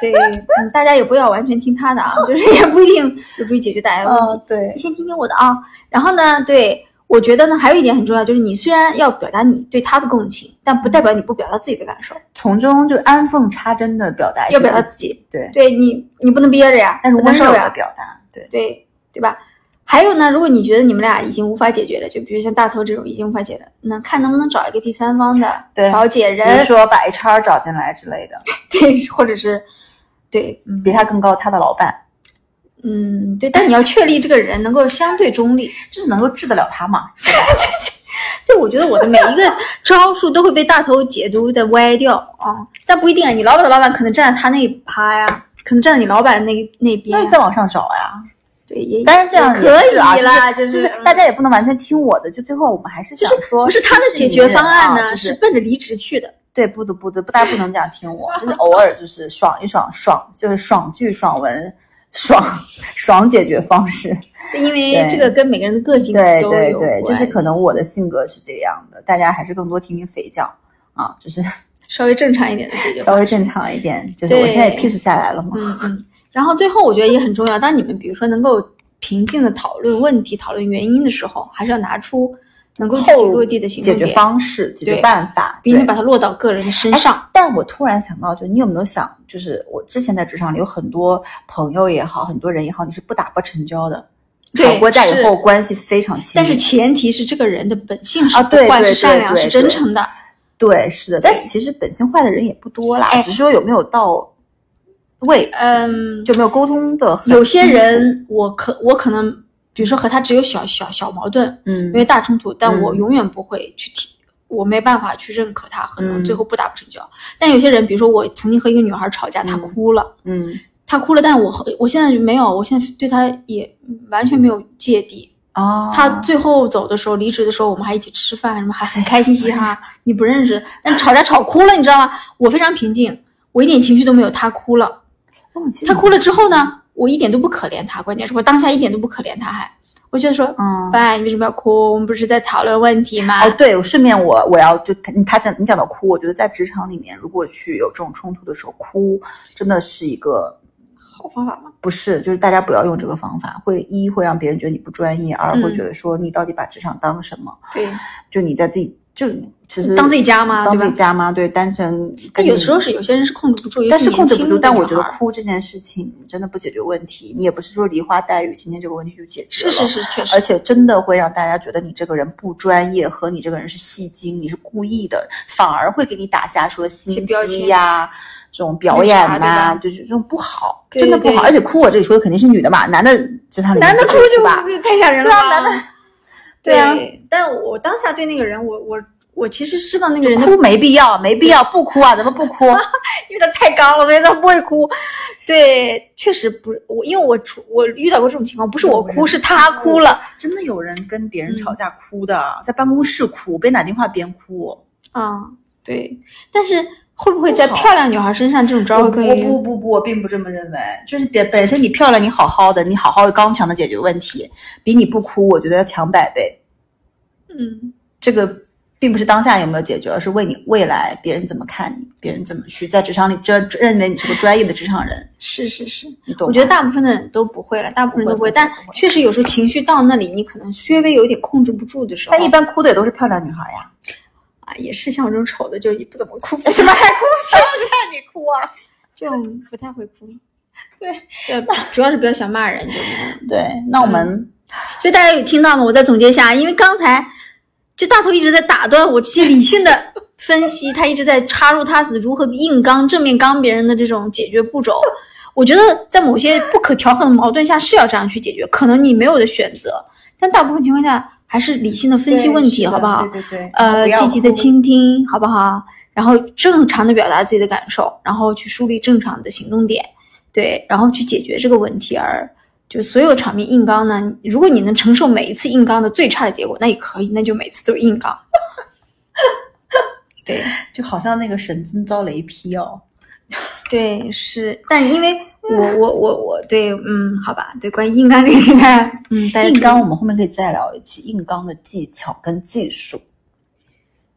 [SPEAKER 2] 对， *laughs* 嗯，大家也不要完全听他的啊， *laughs* 就是也不一定 *laughs* 有助于解决大家的问题。
[SPEAKER 1] 嗯，对
[SPEAKER 2] 你，先听听我的啊。然后呢，对我觉得呢，还有一点很重要，就是你虽然要表达你对他的共情，但不代表你不表达自己的感受，
[SPEAKER 1] 从中就安缝插针的表达一些
[SPEAKER 2] 要表达
[SPEAKER 1] 自己
[SPEAKER 2] 自己。
[SPEAKER 1] 对，
[SPEAKER 2] 对你，你不能憋着呀，
[SPEAKER 1] 但是
[SPEAKER 2] 不能
[SPEAKER 1] 温
[SPEAKER 2] 受
[SPEAKER 1] 柔
[SPEAKER 2] 呀
[SPEAKER 1] 的表达，对，
[SPEAKER 2] 对对吧？还有呢，如果你觉得你们俩已经无法解决了，就比如像大头这种已经无法解决了，那看能不能找一个第三方的
[SPEAKER 1] 对
[SPEAKER 2] 调解
[SPEAKER 1] 比如
[SPEAKER 2] 人，
[SPEAKER 1] 说把 HR 找进来之类的，
[SPEAKER 2] *laughs* 对，或者是对，嗯
[SPEAKER 1] 比他更高，他的老板
[SPEAKER 2] 嗯，对，但你要确立这个人能够相对
[SPEAKER 1] *laughs*
[SPEAKER 2] 中立。
[SPEAKER 1] 就是能够治得了他嘛，
[SPEAKER 2] 对，我觉得我的每一个招数都会被大头解读的歪掉啊，但不一定啊，你老板的老板可能站在他那一趴呀，可能站在你老板的那那边
[SPEAKER 1] 那
[SPEAKER 2] 呀
[SPEAKER 1] 就，再往上找呀。
[SPEAKER 2] 对，也
[SPEAKER 1] 当然这样
[SPEAKER 2] 也
[SPEAKER 1] 也
[SPEAKER 2] 可
[SPEAKER 1] 是啊
[SPEAKER 2] 以啦，
[SPEAKER 1] 就是
[SPEAKER 2] 是嗯
[SPEAKER 1] 大家也不能完全听我的，就最后我们还是想说，
[SPEAKER 2] 不是他的解决方案呢，
[SPEAKER 1] 啊就是
[SPEAKER 2] 奔着离职去的。
[SPEAKER 1] 对，不得不得，大家不能这样听我，就是偶尔就是爽一爽，爽就是爽剧、爽文、爽爽解决方
[SPEAKER 2] *laughs*
[SPEAKER 1] 式。
[SPEAKER 2] 对因为
[SPEAKER 1] 对
[SPEAKER 2] 这个跟每个人的个性都
[SPEAKER 1] 对
[SPEAKER 2] 有
[SPEAKER 1] 对对，就
[SPEAKER 2] 关
[SPEAKER 1] 是可能
[SPEAKER 2] 系
[SPEAKER 1] 我的性格是这样的，大家还是更多听听肥皂啊，就是 *laughs*
[SPEAKER 2] 稍微正常一点的解决
[SPEAKER 1] 稍
[SPEAKER 2] 方
[SPEAKER 1] 微
[SPEAKER 2] 式。
[SPEAKER 1] 正常一点。就是我现在也
[SPEAKER 2] 对
[SPEAKER 1] peace 下来了嘛，
[SPEAKER 2] 嗯嗯。然后最后我觉得也很重要，当你们比如说能够平静的讨论问题、讨论原因的时候，还是要拿出能够具体
[SPEAKER 1] 后
[SPEAKER 2] 落地的行动
[SPEAKER 1] 解决
[SPEAKER 2] 点，
[SPEAKER 1] 方式、解决
[SPEAKER 2] 对
[SPEAKER 1] 办法，
[SPEAKER 2] 毕竟
[SPEAKER 1] 对哎
[SPEAKER 2] 把它落到个人的身上。
[SPEAKER 1] 但我突然想到，就你有没有想，就是我之前在职场里有很多朋友也好，很多人也好，你是不打不成交的，
[SPEAKER 2] 对
[SPEAKER 1] 吵过架以
[SPEAKER 2] 是
[SPEAKER 1] 后关系非常亲密。
[SPEAKER 2] 但是前提是这个人的本性是
[SPEAKER 1] 啊对
[SPEAKER 2] 不坏、
[SPEAKER 1] 对
[SPEAKER 2] 是善
[SPEAKER 1] 对
[SPEAKER 2] 良、
[SPEAKER 1] 对
[SPEAKER 2] 是真
[SPEAKER 1] 对
[SPEAKER 2] 诚的。
[SPEAKER 1] 对，是的，但是其实本性坏的人也不多啦，
[SPEAKER 2] 哎
[SPEAKER 1] 只是说有没有到位，
[SPEAKER 2] 嗯，
[SPEAKER 1] 就没有沟通的很。
[SPEAKER 2] 有些，人我可我可能，比如说和他只有小小小矛盾，
[SPEAKER 1] 嗯
[SPEAKER 2] 因，为大冲突，但
[SPEAKER 1] 嗯
[SPEAKER 2] 我永远不会去提，我没办法去认可他，可能
[SPEAKER 1] 嗯
[SPEAKER 2] 最后不打不成交。但有些人，比如说我曾经和一个女孩吵架，她
[SPEAKER 1] 嗯
[SPEAKER 2] 哭了，
[SPEAKER 1] 嗯，
[SPEAKER 2] 她哭了，但我和我现在没有，我现在对她也完全没有芥蒂。
[SPEAKER 1] 哦，
[SPEAKER 2] 她最后走的时候，离职的时候，我们还一起吃饭，什么还很开心嘻哈。你不认识，但吵架吵哭了，你知道吗？我非常平静，我一点情绪都没有，她哭了。
[SPEAKER 1] 哦其实
[SPEAKER 2] 她哭了之后呢，我一点都不可怜她，关键是我当下一点都不可怜她，还我觉得说，
[SPEAKER 1] 嗯。
[SPEAKER 2] 爸，你为什么要哭？我们不是在讨论问题吗？
[SPEAKER 1] 哦，对，顺便我我要就你他讲你讲到哭，我觉得在职场里面，如果去有这种冲突的时候，哭真的是一个
[SPEAKER 2] 好方法吗？
[SPEAKER 1] 不是，就是大家不要用这个方法，会一会让别人觉得你不专业，二
[SPEAKER 2] 嗯
[SPEAKER 1] 会觉得说你到底把职场当什么？
[SPEAKER 2] 对，
[SPEAKER 1] 就你在自己就其实
[SPEAKER 2] 当自己家吗
[SPEAKER 1] 当
[SPEAKER 2] 对吧
[SPEAKER 1] 自己家吗？对，单纯
[SPEAKER 2] 但
[SPEAKER 1] 跟
[SPEAKER 2] 有
[SPEAKER 1] 你
[SPEAKER 2] 时候是有些人是控制不住，尤
[SPEAKER 1] 但
[SPEAKER 2] 其
[SPEAKER 1] 是
[SPEAKER 2] 年
[SPEAKER 1] 控制不
[SPEAKER 2] 轻
[SPEAKER 1] 住。
[SPEAKER 2] 的啊
[SPEAKER 1] 但
[SPEAKER 2] 女
[SPEAKER 1] 我觉得
[SPEAKER 2] 孩儿
[SPEAKER 1] 哭这件事情真的不解决问题，你也不是说梨花带雨，今天这个问题就解决
[SPEAKER 2] 是
[SPEAKER 1] 了。
[SPEAKER 2] 是是，确
[SPEAKER 1] 而
[SPEAKER 2] 实，
[SPEAKER 1] 且真的会让大家觉得你这个人不专业，和你这个人是戏精，你是故意的，反而会给你打下说
[SPEAKER 2] 些
[SPEAKER 1] 心
[SPEAKER 2] 标
[SPEAKER 1] 机
[SPEAKER 2] 签
[SPEAKER 1] 呀、这种表演
[SPEAKER 2] 绿
[SPEAKER 1] 呐、
[SPEAKER 2] 茶对吧
[SPEAKER 1] 就是这种不好，
[SPEAKER 2] 对
[SPEAKER 1] 真的不
[SPEAKER 2] 对
[SPEAKER 1] 好。而且哭，我这里说的肯定是女的嘛，男的就他们
[SPEAKER 2] 男的哭
[SPEAKER 1] 是
[SPEAKER 2] 就
[SPEAKER 1] 吧，
[SPEAKER 2] 就太吓人了
[SPEAKER 1] 对啊
[SPEAKER 2] 吧，
[SPEAKER 1] 男
[SPEAKER 2] *laughs*
[SPEAKER 1] 的
[SPEAKER 2] 对
[SPEAKER 1] 啊，
[SPEAKER 2] 但我当下对那个人，我我我其实是知道那个人的，
[SPEAKER 1] 哭没必要，没必要不哭啊，咱们
[SPEAKER 2] *laughs*
[SPEAKER 1] 不哭。
[SPEAKER 2] 因为他太刚了，所以他不会哭。对，确实不是我，因为我出我遇到过这种情况，不是我哭，是他哭了
[SPEAKER 1] 真的有人跟别人
[SPEAKER 2] 嗯
[SPEAKER 1] 吵架哭的，在办公室哭，边打电话边哭。
[SPEAKER 2] 啊、对，但是会不会在漂亮女孩身上这种招
[SPEAKER 1] 我
[SPEAKER 2] 会
[SPEAKER 1] 不
[SPEAKER 2] 更
[SPEAKER 1] 我
[SPEAKER 2] 晕
[SPEAKER 1] 不不不，我并不这么认为。就是本本身你漂亮，你好好的，你好好的刚强的解决问题，比你不哭，我觉得要强百倍。
[SPEAKER 2] 嗯，
[SPEAKER 1] 这个并不是当下有没有解决，而是为你未来别人怎么看你，别人怎么去在职场里这认为你是个专业的职场人，
[SPEAKER 2] 是是是，
[SPEAKER 1] 你懂吗？
[SPEAKER 2] 我觉得大部分的人都不会了，大部分人都不会，但确实有时候情绪到那里，你可能稍微有点控制不住的时候，
[SPEAKER 1] 她一般哭的也都是漂亮女孩呀。
[SPEAKER 2] 啊也是像我这种丑的就也不怎么
[SPEAKER 1] *laughs*
[SPEAKER 2] 哭，
[SPEAKER 1] 什么还
[SPEAKER 2] *laughs*
[SPEAKER 1] 哭？ *laughs* 就是看你哭啊！
[SPEAKER 2] 就不太会哭。对，主要是比较想
[SPEAKER 1] *laughs*
[SPEAKER 2] 骂人，就
[SPEAKER 1] 对，那我们、
[SPEAKER 2] 所以大家有听到吗？我再总结一下，因为刚才就大头一直在打断我这些理性的分析，他一直在插入他如何硬刚、正面刚别人的这种解决步骤。我觉得在某些不可调和的矛盾下是要这样去解决，可能你没有的选择，但大部分情况下还是理性的分析问题，好不好？
[SPEAKER 1] 对对对，
[SPEAKER 2] 呃，积极的
[SPEAKER 1] 倾。
[SPEAKER 2] 倾听，好不好？然后正常的表达自己的感受，然后去梳理正常的行动点，对，然后去解决这个问题。而就所有场面硬刚呢，如果你能承受每一次硬刚的最差的结果，那也可以，那就每次都硬刚。 *laughs* 对
[SPEAKER 1] 就好像那个神尊遭雷劈哦。
[SPEAKER 2] 对是，但因为我我我我对嗯，好吧，对，关于硬刚这个事情，大家嗯，大家
[SPEAKER 1] 硬
[SPEAKER 2] 注意
[SPEAKER 1] 刚，我们后面可以再聊一期硬刚的技巧跟技术。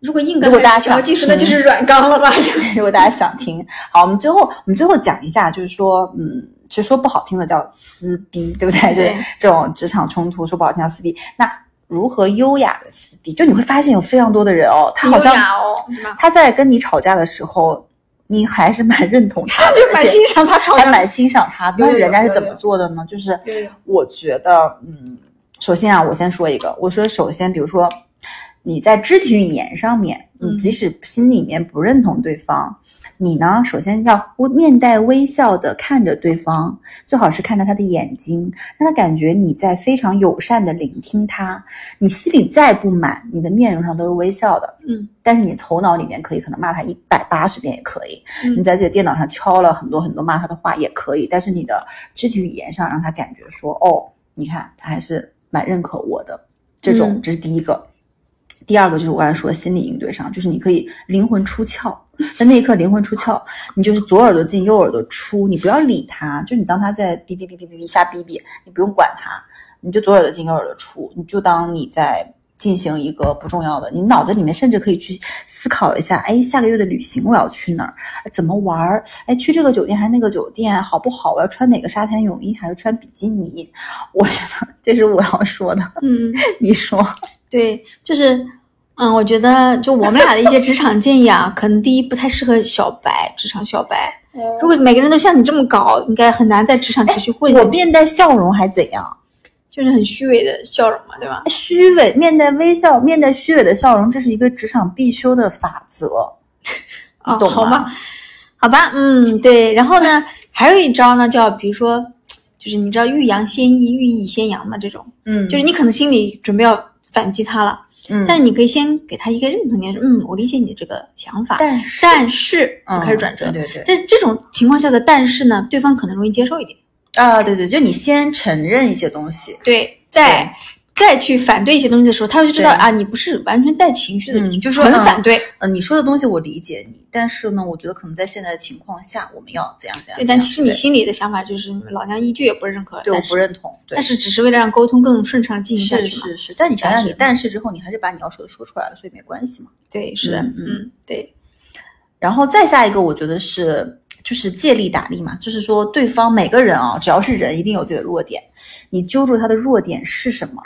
[SPEAKER 2] 如果硬
[SPEAKER 1] 如
[SPEAKER 2] 刚
[SPEAKER 1] 果大家
[SPEAKER 2] 小
[SPEAKER 1] 想嗯
[SPEAKER 2] 技术，
[SPEAKER 1] 听
[SPEAKER 2] 那就是软刚了吧？就
[SPEAKER 1] *laughs* 如果大家想听，好，我们最后我们最后讲一下，就是说，嗯，其实说不好听的叫撕逼，对不对？
[SPEAKER 2] 对
[SPEAKER 1] 就是这种职场冲突，说不好听叫撕逼。那如何优雅的撕逼？就你会发现有非常多的人哦，他好像
[SPEAKER 2] 优雅哦，是吧
[SPEAKER 1] 他在跟你吵架的时候，你还是蛮认同他的，
[SPEAKER 2] *laughs* 就蛮
[SPEAKER 1] 而且
[SPEAKER 2] 欣赏他吵
[SPEAKER 1] 还
[SPEAKER 2] 架
[SPEAKER 1] 蛮欣赏他的。
[SPEAKER 2] 有
[SPEAKER 1] 那
[SPEAKER 2] 有
[SPEAKER 1] 人家是
[SPEAKER 2] 有
[SPEAKER 1] 怎
[SPEAKER 2] 有
[SPEAKER 1] 么做的呢？就是
[SPEAKER 2] 有有
[SPEAKER 1] 我觉得，嗯，首先啊，我先说一个，我说首先，比如说你在肢体语言上面，你
[SPEAKER 2] 嗯
[SPEAKER 1] 即使心里面不认同对方，你呢，首先要微面带微笑的看着对方，最好是看着他的眼睛，让他感觉你在非常友善的聆听他。你心里再不满，你的面容上都是微笑的，
[SPEAKER 2] 嗯。
[SPEAKER 1] 但是你头脑里面可以可能骂他一百八十遍也可以，
[SPEAKER 2] 嗯
[SPEAKER 1] 你在自己的电脑上敲了很多很多骂他的话也可以，但是你的肢体语言上让他感觉说，哦，你看他还是蛮认可我的，这种、
[SPEAKER 2] 嗯
[SPEAKER 1] 这是第一个。第二个就是我刚才说的心理应对上，就是你可以灵魂出窍，在那一刻灵魂出窍，你就是左耳朵进右耳朵出，你不要理他，就你当他在哔哔哔哔哔哔瞎哔哔，你不用管他，你就左耳朵进右耳朵出，你就当你在进行一个不重要的，你脑子里面甚至可以去思考一下，哎，下个月的旅行我要去哪儿，哎怎么玩儿，哎，去这个酒店还是那个酒店好不好？我要穿哪个沙滩泳衣还是穿比基尼？我觉得这是我要说的，
[SPEAKER 2] 嗯，
[SPEAKER 1] 你说
[SPEAKER 2] 对，就是，嗯，我觉得就我们俩的一些职场建议啊， *laughs* 可能第一不太适合小白，职场小白。如果每个人都像你这么搞，应该很难在职场持续混下
[SPEAKER 1] 哎我
[SPEAKER 2] 去，
[SPEAKER 1] 面带笑容还怎样？
[SPEAKER 2] 就是很虚伪的笑容嘛，对吧？
[SPEAKER 1] 虚伪，面带微笑，面带虚伪的笑容，这是一个职场必修的法则。
[SPEAKER 2] 啊，
[SPEAKER 1] 懂
[SPEAKER 2] 好
[SPEAKER 1] 吗
[SPEAKER 2] 吧，好吧，嗯，对。然后呢，还有一招呢，叫比如说，就是你知道欲扬先抑，欲抑先扬嘛，这种，
[SPEAKER 1] 嗯
[SPEAKER 2] 就是你可能心里准备要反击他了，
[SPEAKER 1] 嗯
[SPEAKER 2] 但是你可以先给他一个认同点，嗯，我理解你的这个想法，
[SPEAKER 1] 但是
[SPEAKER 2] 但是
[SPEAKER 1] 嗯
[SPEAKER 2] 你开始转折，
[SPEAKER 1] 对对对
[SPEAKER 2] 在这种情况下的但是呢，对方可能容易接受一点，
[SPEAKER 1] 啊，对对，就你先承认一些东西，
[SPEAKER 2] 对，再再去反对一些东西的时候，他会知道
[SPEAKER 1] 对
[SPEAKER 2] 啊，你不是完全带情绪的，
[SPEAKER 1] 嗯
[SPEAKER 2] 你
[SPEAKER 1] 就说
[SPEAKER 2] 纯
[SPEAKER 1] 嗯
[SPEAKER 2] 反对，
[SPEAKER 1] 呃，你说的东西我理解你，但是呢，我觉得可能在现在的情况下，我们要怎样怎样。
[SPEAKER 2] 对，
[SPEAKER 1] 怎
[SPEAKER 2] 但
[SPEAKER 1] 样
[SPEAKER 2] 其实你
[SPEAKER 1] 对
[SPEAKER 2] 心里的想法就是老娘一句也不认可，
[SPEAKER 1] 对我
[SPEAKER 2] 但是
[SPEAKER 1] 不认同，对
[SPEAKER 2] 但是只是为了让沟通更顺畅地进行下
[SPEAKER 1] 是
[SPEAKER 2] 去嘛，
[SPEAKER 1] 是是，但你想
[SPEAKER 2] 但
[SPEAKER 1] 想，你
[SPEAKER 2] 是
[SPEAKER 1] 但是之后，你还是把你要说的说出来了，所以没关系嘛。
[SPEAKER 2] 对，是的，
[SPEAKER 1] 嗯
[SPEAKER 2] 嗯
[SPEAKER 1] 嗯
[SPEAKER 2] 对，
[SPEAKER 1] 然后再下一个，我觉得是就是借力打力嘛，就是说对方每个人啊，只要是人，一定有自己的弱点，你揪住他的弱点是什么，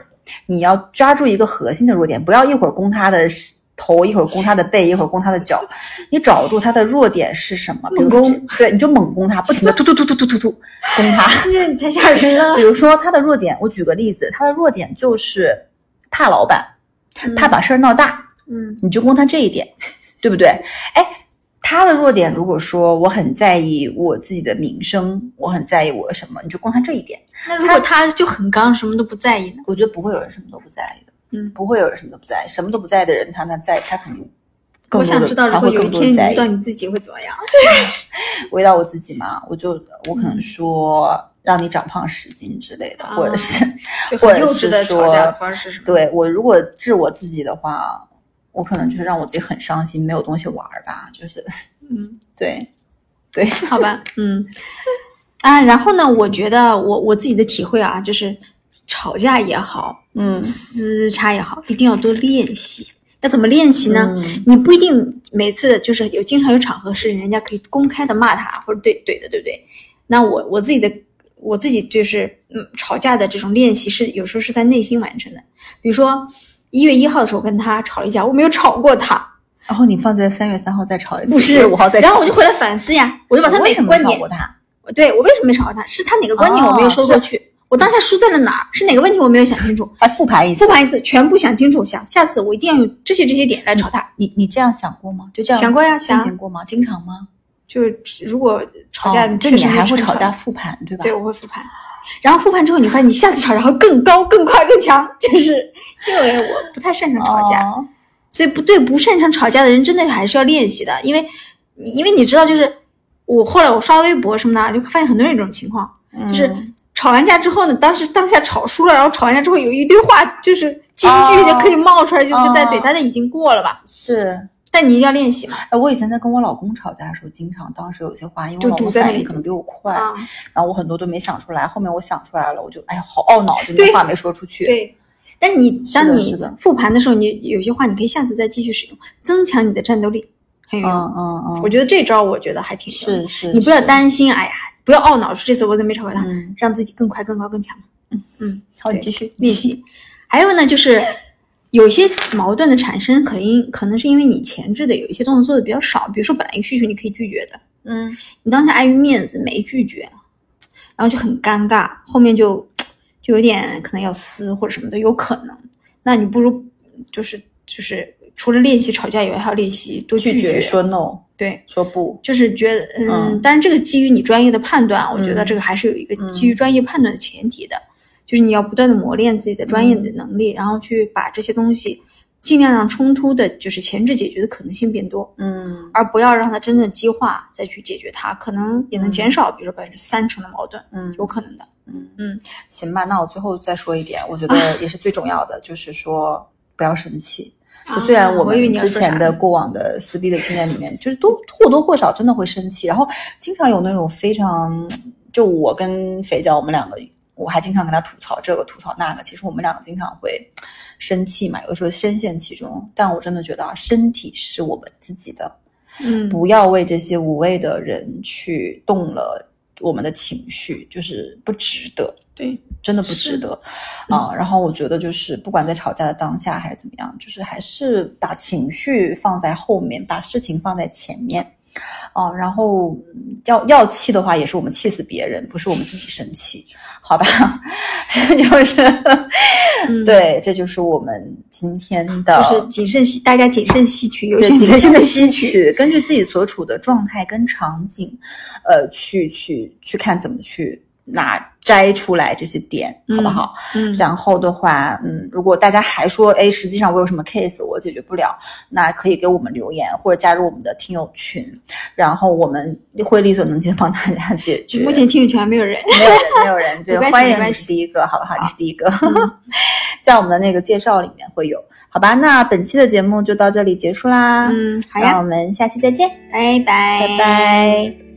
[SPEAKER 1] 你要抓住一个核心的弱点，不要一会儿攻他的头，一会儿攻他的背，一会儿攻他的脚，你找住他的弱点是什么，比如
[SPEAKER 2] 猛攻
[SPEAKER 1] 这，对，你就猛攻他，不停的突突突突突突突攻他。
[SPEAKER 2] *laughs* 这你太吓人了
[SPEAKER 1] 比，如说他的弱点，我举个例子，他的弱点就是怕老板，怕把事儿闹大。
[SPEAKER 2] 嗯，
[SPEAKER 1] 你就攻他这一点，对
[SPEAKER 2] *laughs*
[SPEAKER 1] 不对？哎，他的弱点如果说我很在意我自己的名声，我很在意我什么，你就攻他这一点。
[SPEAKER 2] 那如果他就很刚，什么都不在意呢？
[SPEAKER 1] 我觉得不会有人什么都不在意的，
[SPEAKER 2] 嗯
[SPEAKER 1] 不会有人什么都不在意，什么都不在意的人，他那在他肯定更
[SPEAKER 2] 我
[SPEAKER 1] 多
[SPEAKER 2] 想
[SPEAKER 1] 的，
[SPEAKER 2] 知道，
[SPEAKER 1] 他
[SPEAKER 2] 如果
[SPEAKER 1] 会
[SPEAKER 2] 有一
[SPEAKER 1] 更多
[SPEAKER 2] 天
[SPEAKER 1] 的
[SPEAKER 2] 你
[SPEAKER 1] 在
[SPEAKER 2] 遇
[SPEAKER 1] 意
[SPEAKER 2] 到。你自己会怎么样？
[SPEAKER 1] 回到我自己嘛，我就我可能
[SPEAKER 2] 嗯
[SPEAKER 1] 说让你长胖十斤之类的，
[SPEAKER 2] 啊
[SPEAKER 1] 或者是
[SPEAKER 2] 就
[SPEAKER 1] 或
[SPEAKER 2] 很
[SPEAKER 1] 者
[SPEAKER 2] 幼
[SPEAKER 1] 是
[SPEAKER 2] 稚的吵架
[SPEAKER 1] 说
[SPEAKER 2] 的方式是吗？
[SPEAKER 1] 对我如果治我自己的话，我可能就是让我自己很伤心，没有东西玩儿吧，就是
[SPEAKER 2] 嗯，
[SPEAKER 1] 对，对，
[SPEAKER 2] *laughs* 好吧，嗯，啊，然后呢，我觉得我我自己的体会啊，就是吵架也好，
[SPEAKER 1] 嗯
[SPEAKER 2] 撕叉也好，一定要多练习。那怎么练习呢？
[SPEAKER 1] 嗯
[SPEAKER 2] 你不一定每次就是有经常有场合是人家可以公开的骂他或者对怼的，对不对？那我我自己的我自己就是嗯吵架的这种练习是有时候是在内心完成的。比如说一月一号的时候跟他吵了一架，我没有吵过他，
[SPEAKER 1] 然后你放在三月三号再吵一次，
[SPEAKER 2] 不是
[SPEAKER 1] 五号再吵，
[SPEAKER 2] 然后我就回来反思呀，我就把他
[SPEAKER 1] 为
[SPEAKER 2] 每
[SPEAKER 1] 什
[SPEAKER 2] 个
[SPEAKER 1] 么
[SPEAKER 2] 观
[SPEAKER 1] 吵
[SPEAKER 2] 点
[SPEAKER 1] 过，他？
[SPEAKER 2] 对我为什么没吵过他？是他哪个观点我没有说过去？我当下输在了哪儿？是哪个问题我没有想清楚？
[SPEAKER 1] 还复盘一次
[SPEAKER 2] 复？盘一次，全部想清楚一下，下次我一定要用这些这些点来吵他。
[SPEAKER 1] 你你这样想过吗？就这样
[SPEAKER 2] 想过呀
[SPEAKER 1] 进
[SPEAKER 2] 想
[SPEAKER 1] 行过吗？经常吗？
[SPEAKER 2] 就是如果吵架，
[SPEAKER 1] 哦就
[SPEAKER 2] 确
[SPEAKER 1] 你
[SPEAKER 2] 实
[SPEAKER 1] 还会
[SPEAKER 2] 是
[SPEAKER 1] 吵架，复盘对吧？
[SPEAKER 2] 对，我会复盘。然后复盘之后，你发现你下次吵架会更高、更快、更强，就是 *laughs* 因为我不太擅长吵架，
[SPEAKER 1] 哦
[SPEAKER 2] 所以不对不擅长吵架的人，真的还是要练习的，因为你因为你知道，就是我后来我刷微博什么的，就发现很多人有这种情况，就是
[SPEAKER 1] 嗯
[SPEAKER 2] 吵完架之后呢，当时当下吵输了，然后吵完架之后有一堆话就是金句
[SPEAKER 1] 哦
[SPEAKER 2] 就可以冒出来，就
[SPEAKER 1] 哦
[SPEAKER 2] 就在怼他，那已经过了吧？
[SPEAKER 1] 是。
[SPEAKER 2] 但你一定要练习嘛，
[SPEAKER 1] 哎，我以前在跟我老公吵架的时候，经常当时有些话，因为
[SPEAKER 2] 就
[SPEAKER 1] 我老
[SPEAKER 2] 堵
[SPEAKER 1] 公
[SPEAKER 2] 在
[SPEAKER 1] 反
[SPEAKER 2] 那
[SPEAKER 1] 应
[SPEAKER 2] 里
[SPEAKER 1] 可能比我快，
[SPEAKER 2] 啊，
[SPEAKER 1] 然后我很多都没想出来。后面我想出来了，我就哎呀，好懊恼，就那
[SPEAKER 2] 对
[SPEAKER 1] 话没说出去。，
[SPEAKER 2] 对。但你
[SPEAKER 1] 是的
[SPEAKER 2] 当你
[SPEAKER 1] 是的
[SPEAKER 2] 复盘的时候，你有些话你可以下次再继续使用，增强你的战斗力，很有
[SPEAKER 1] 嗯
[SPEAKER 2] 用。
[SPEAKER 1] 嗯嗯，
[SPEAKER 2] 我觉得这招我觉得还挺有用的
[SPEAKER 1] 是是，
[SPEAKER 2] 你不要
[SPEAKER 1] 是，
[SPEAKER 2] 担心，哎呀，不要懊恼，说这次我怎么没吵过他，
[SPEAKER 1] 嗯，
[SPEAKER 2] 让自己更快、更高、更强。嗯，
[SPEAKER 1] 好，你
[SPEAKER 2] 对
[SPEAKER 1] 继续。
[SPEAKER 2] 练习。还有呢，就是有些矛盾的产生，可因可能是因为你前置的有一些动作做的比较少，比如说本来一个需求你可以拒绝的，
[SPEAKER 1] 嗯，
[SPEAKER 2] 你当下碍于面子没拒绝，然后就很尴尬，后面就就有点可能要撕或者什么的有可能。那你不如就是就是除了练习吵架以外，还要练习多
[SPEAKER 1] 拒
[SPEAKER 2] 绝
[SPEAKER 1] 绝说 no，
[SPEAKER 2] 对。
[SPEAKER 1] 说不。
[SPEAKER 2] 就是觉得，嗯
[SPEAKER 1] 嗯，
[SPEAKER 2] 但是这个基于你专业的判断，我觉得
[SPEAKER 1] 嗯
[SPEAKER 2] 这个还是有一个
[SPEAKER 1] 嗯
[SPEAKER 2] 基于专业判断的前提的，就是你要不断的磨练自己的专业
[SPEAKER 1] 嗯
[SPEAKER 2] 的能力，然后去把这些东西尽量让冲突的，就是前置解决的可能性变多，
[SPEAKER 1] 嗯
[SPEAKER 2] 而不要让它真正激化，再去解决它，可能也能
[SPEAKER 1] 嗯
[SPEAKER 2] 减少，比如说百分之三成的矛盾，
[SPEAKER 1] 嗯
[SPEAKER 2] 有可能的。
[SPEAKER 1] 嗯
[SPEAKER 2] 嗯，
[SPEAKER 1] 行吧，那我最后再说一点，我觉得也是最重要的，就是说不要生气。嗯就虽然
[SPEAKER 2] 啊嗯我
[SPEAKER 1] 我们
[SPEAKER 2] 以为你要
[SPEAKER 1] 之
[SPEAKER 2] 说啥
[SPEAKER 1] 前的过往的撕逼的经验里面，就是都或多或少真的会生气，然后经常有那种非常，就我跟肥脚我们两个，我还经常跟他吐槽这个吐槽那个，其实我们两个经常会生气嘛，有的时候深陷其中。但我真的觉得啊，身体是我们自己的，
[SPEAKER 2] 嗯，
[SPEAKER 1] 不要为这些无谓的人去动了我们的情绪，就是不值得。
[SPEAKER 2] 对，
[SPEAKER 1] 真的不值
[SPEAKER 2] 是
[SPEAKER 1] 得啊、然后我觉得就是不管在吵架的当下还是怎么样，就是还是把情绪放在后面，把事情放在前面。啊。然后嗯要要气的话，也是我们气死别人，不是我们自己生气，好吧？ *laughs* 就是、
[SPEAKER 2] 嗯
[SPEAKER 1] 对，这就是我们今天的
[SPEAKER 2] 就是谨慎吸，大家谨慎吸取，有
[SPEAKER 1] 对
[SPEAKER 2] 选择
[SPEAKER 1] 谨
[SPEAKER 2] 性
[SPEAKER 1] 慎
[SPEAKER 2] 的
[SPEAKER 1] 的
[SPEAKER 2] 吸
[SPEAKER 1] 吸
[SPEAKER 2] 取。
[SPEAKER 1] 取，根据自己所处的状态跟场景，呃，去去去看怎么去拿摘出来这些点，好不
[SPEAKER 2] 嗯
[SPEAKER 1] 好？
[SPEAKER 2] 嗯，
[SPEAKER 1] 然后的话，嗯，如果大家还说，哎，实际上我有什么 case 我解决不了，那可以给我们留言或者加入我们的听友群，然后我们会力所能及地帮大家解决。
[SPEAKER 2] 目前听友圈还没有人。
[SPEAKER 1] 没有人，没有
[SPEAKER 2] *laughs*
[SPEAKER 1] 人，就
[SPEAKER 2] 没关系
[SPEAKER 1] 欢
[SPEAKER 2] 没
[SPEAKER 1] 迎
[SPEAKER 2] 关
[SPEAKER 1] 你
[SPEAKER 2] 系嗯
[SPEAKER 1] 是第一个，好不好？你是第一个， *laughs* 在我们的那个介绍里面会有，好吧？那本期的节目就到这里结束啦，
[SPEAKER 2] 嗯，好
[SPEAKER 1] 那
[SPEAKER 2] 呀
[SPEAKER 1] 我，们下期再见，
[SPEAKER 2] 拜拜，
[SPEAKER 1] 啊拜拜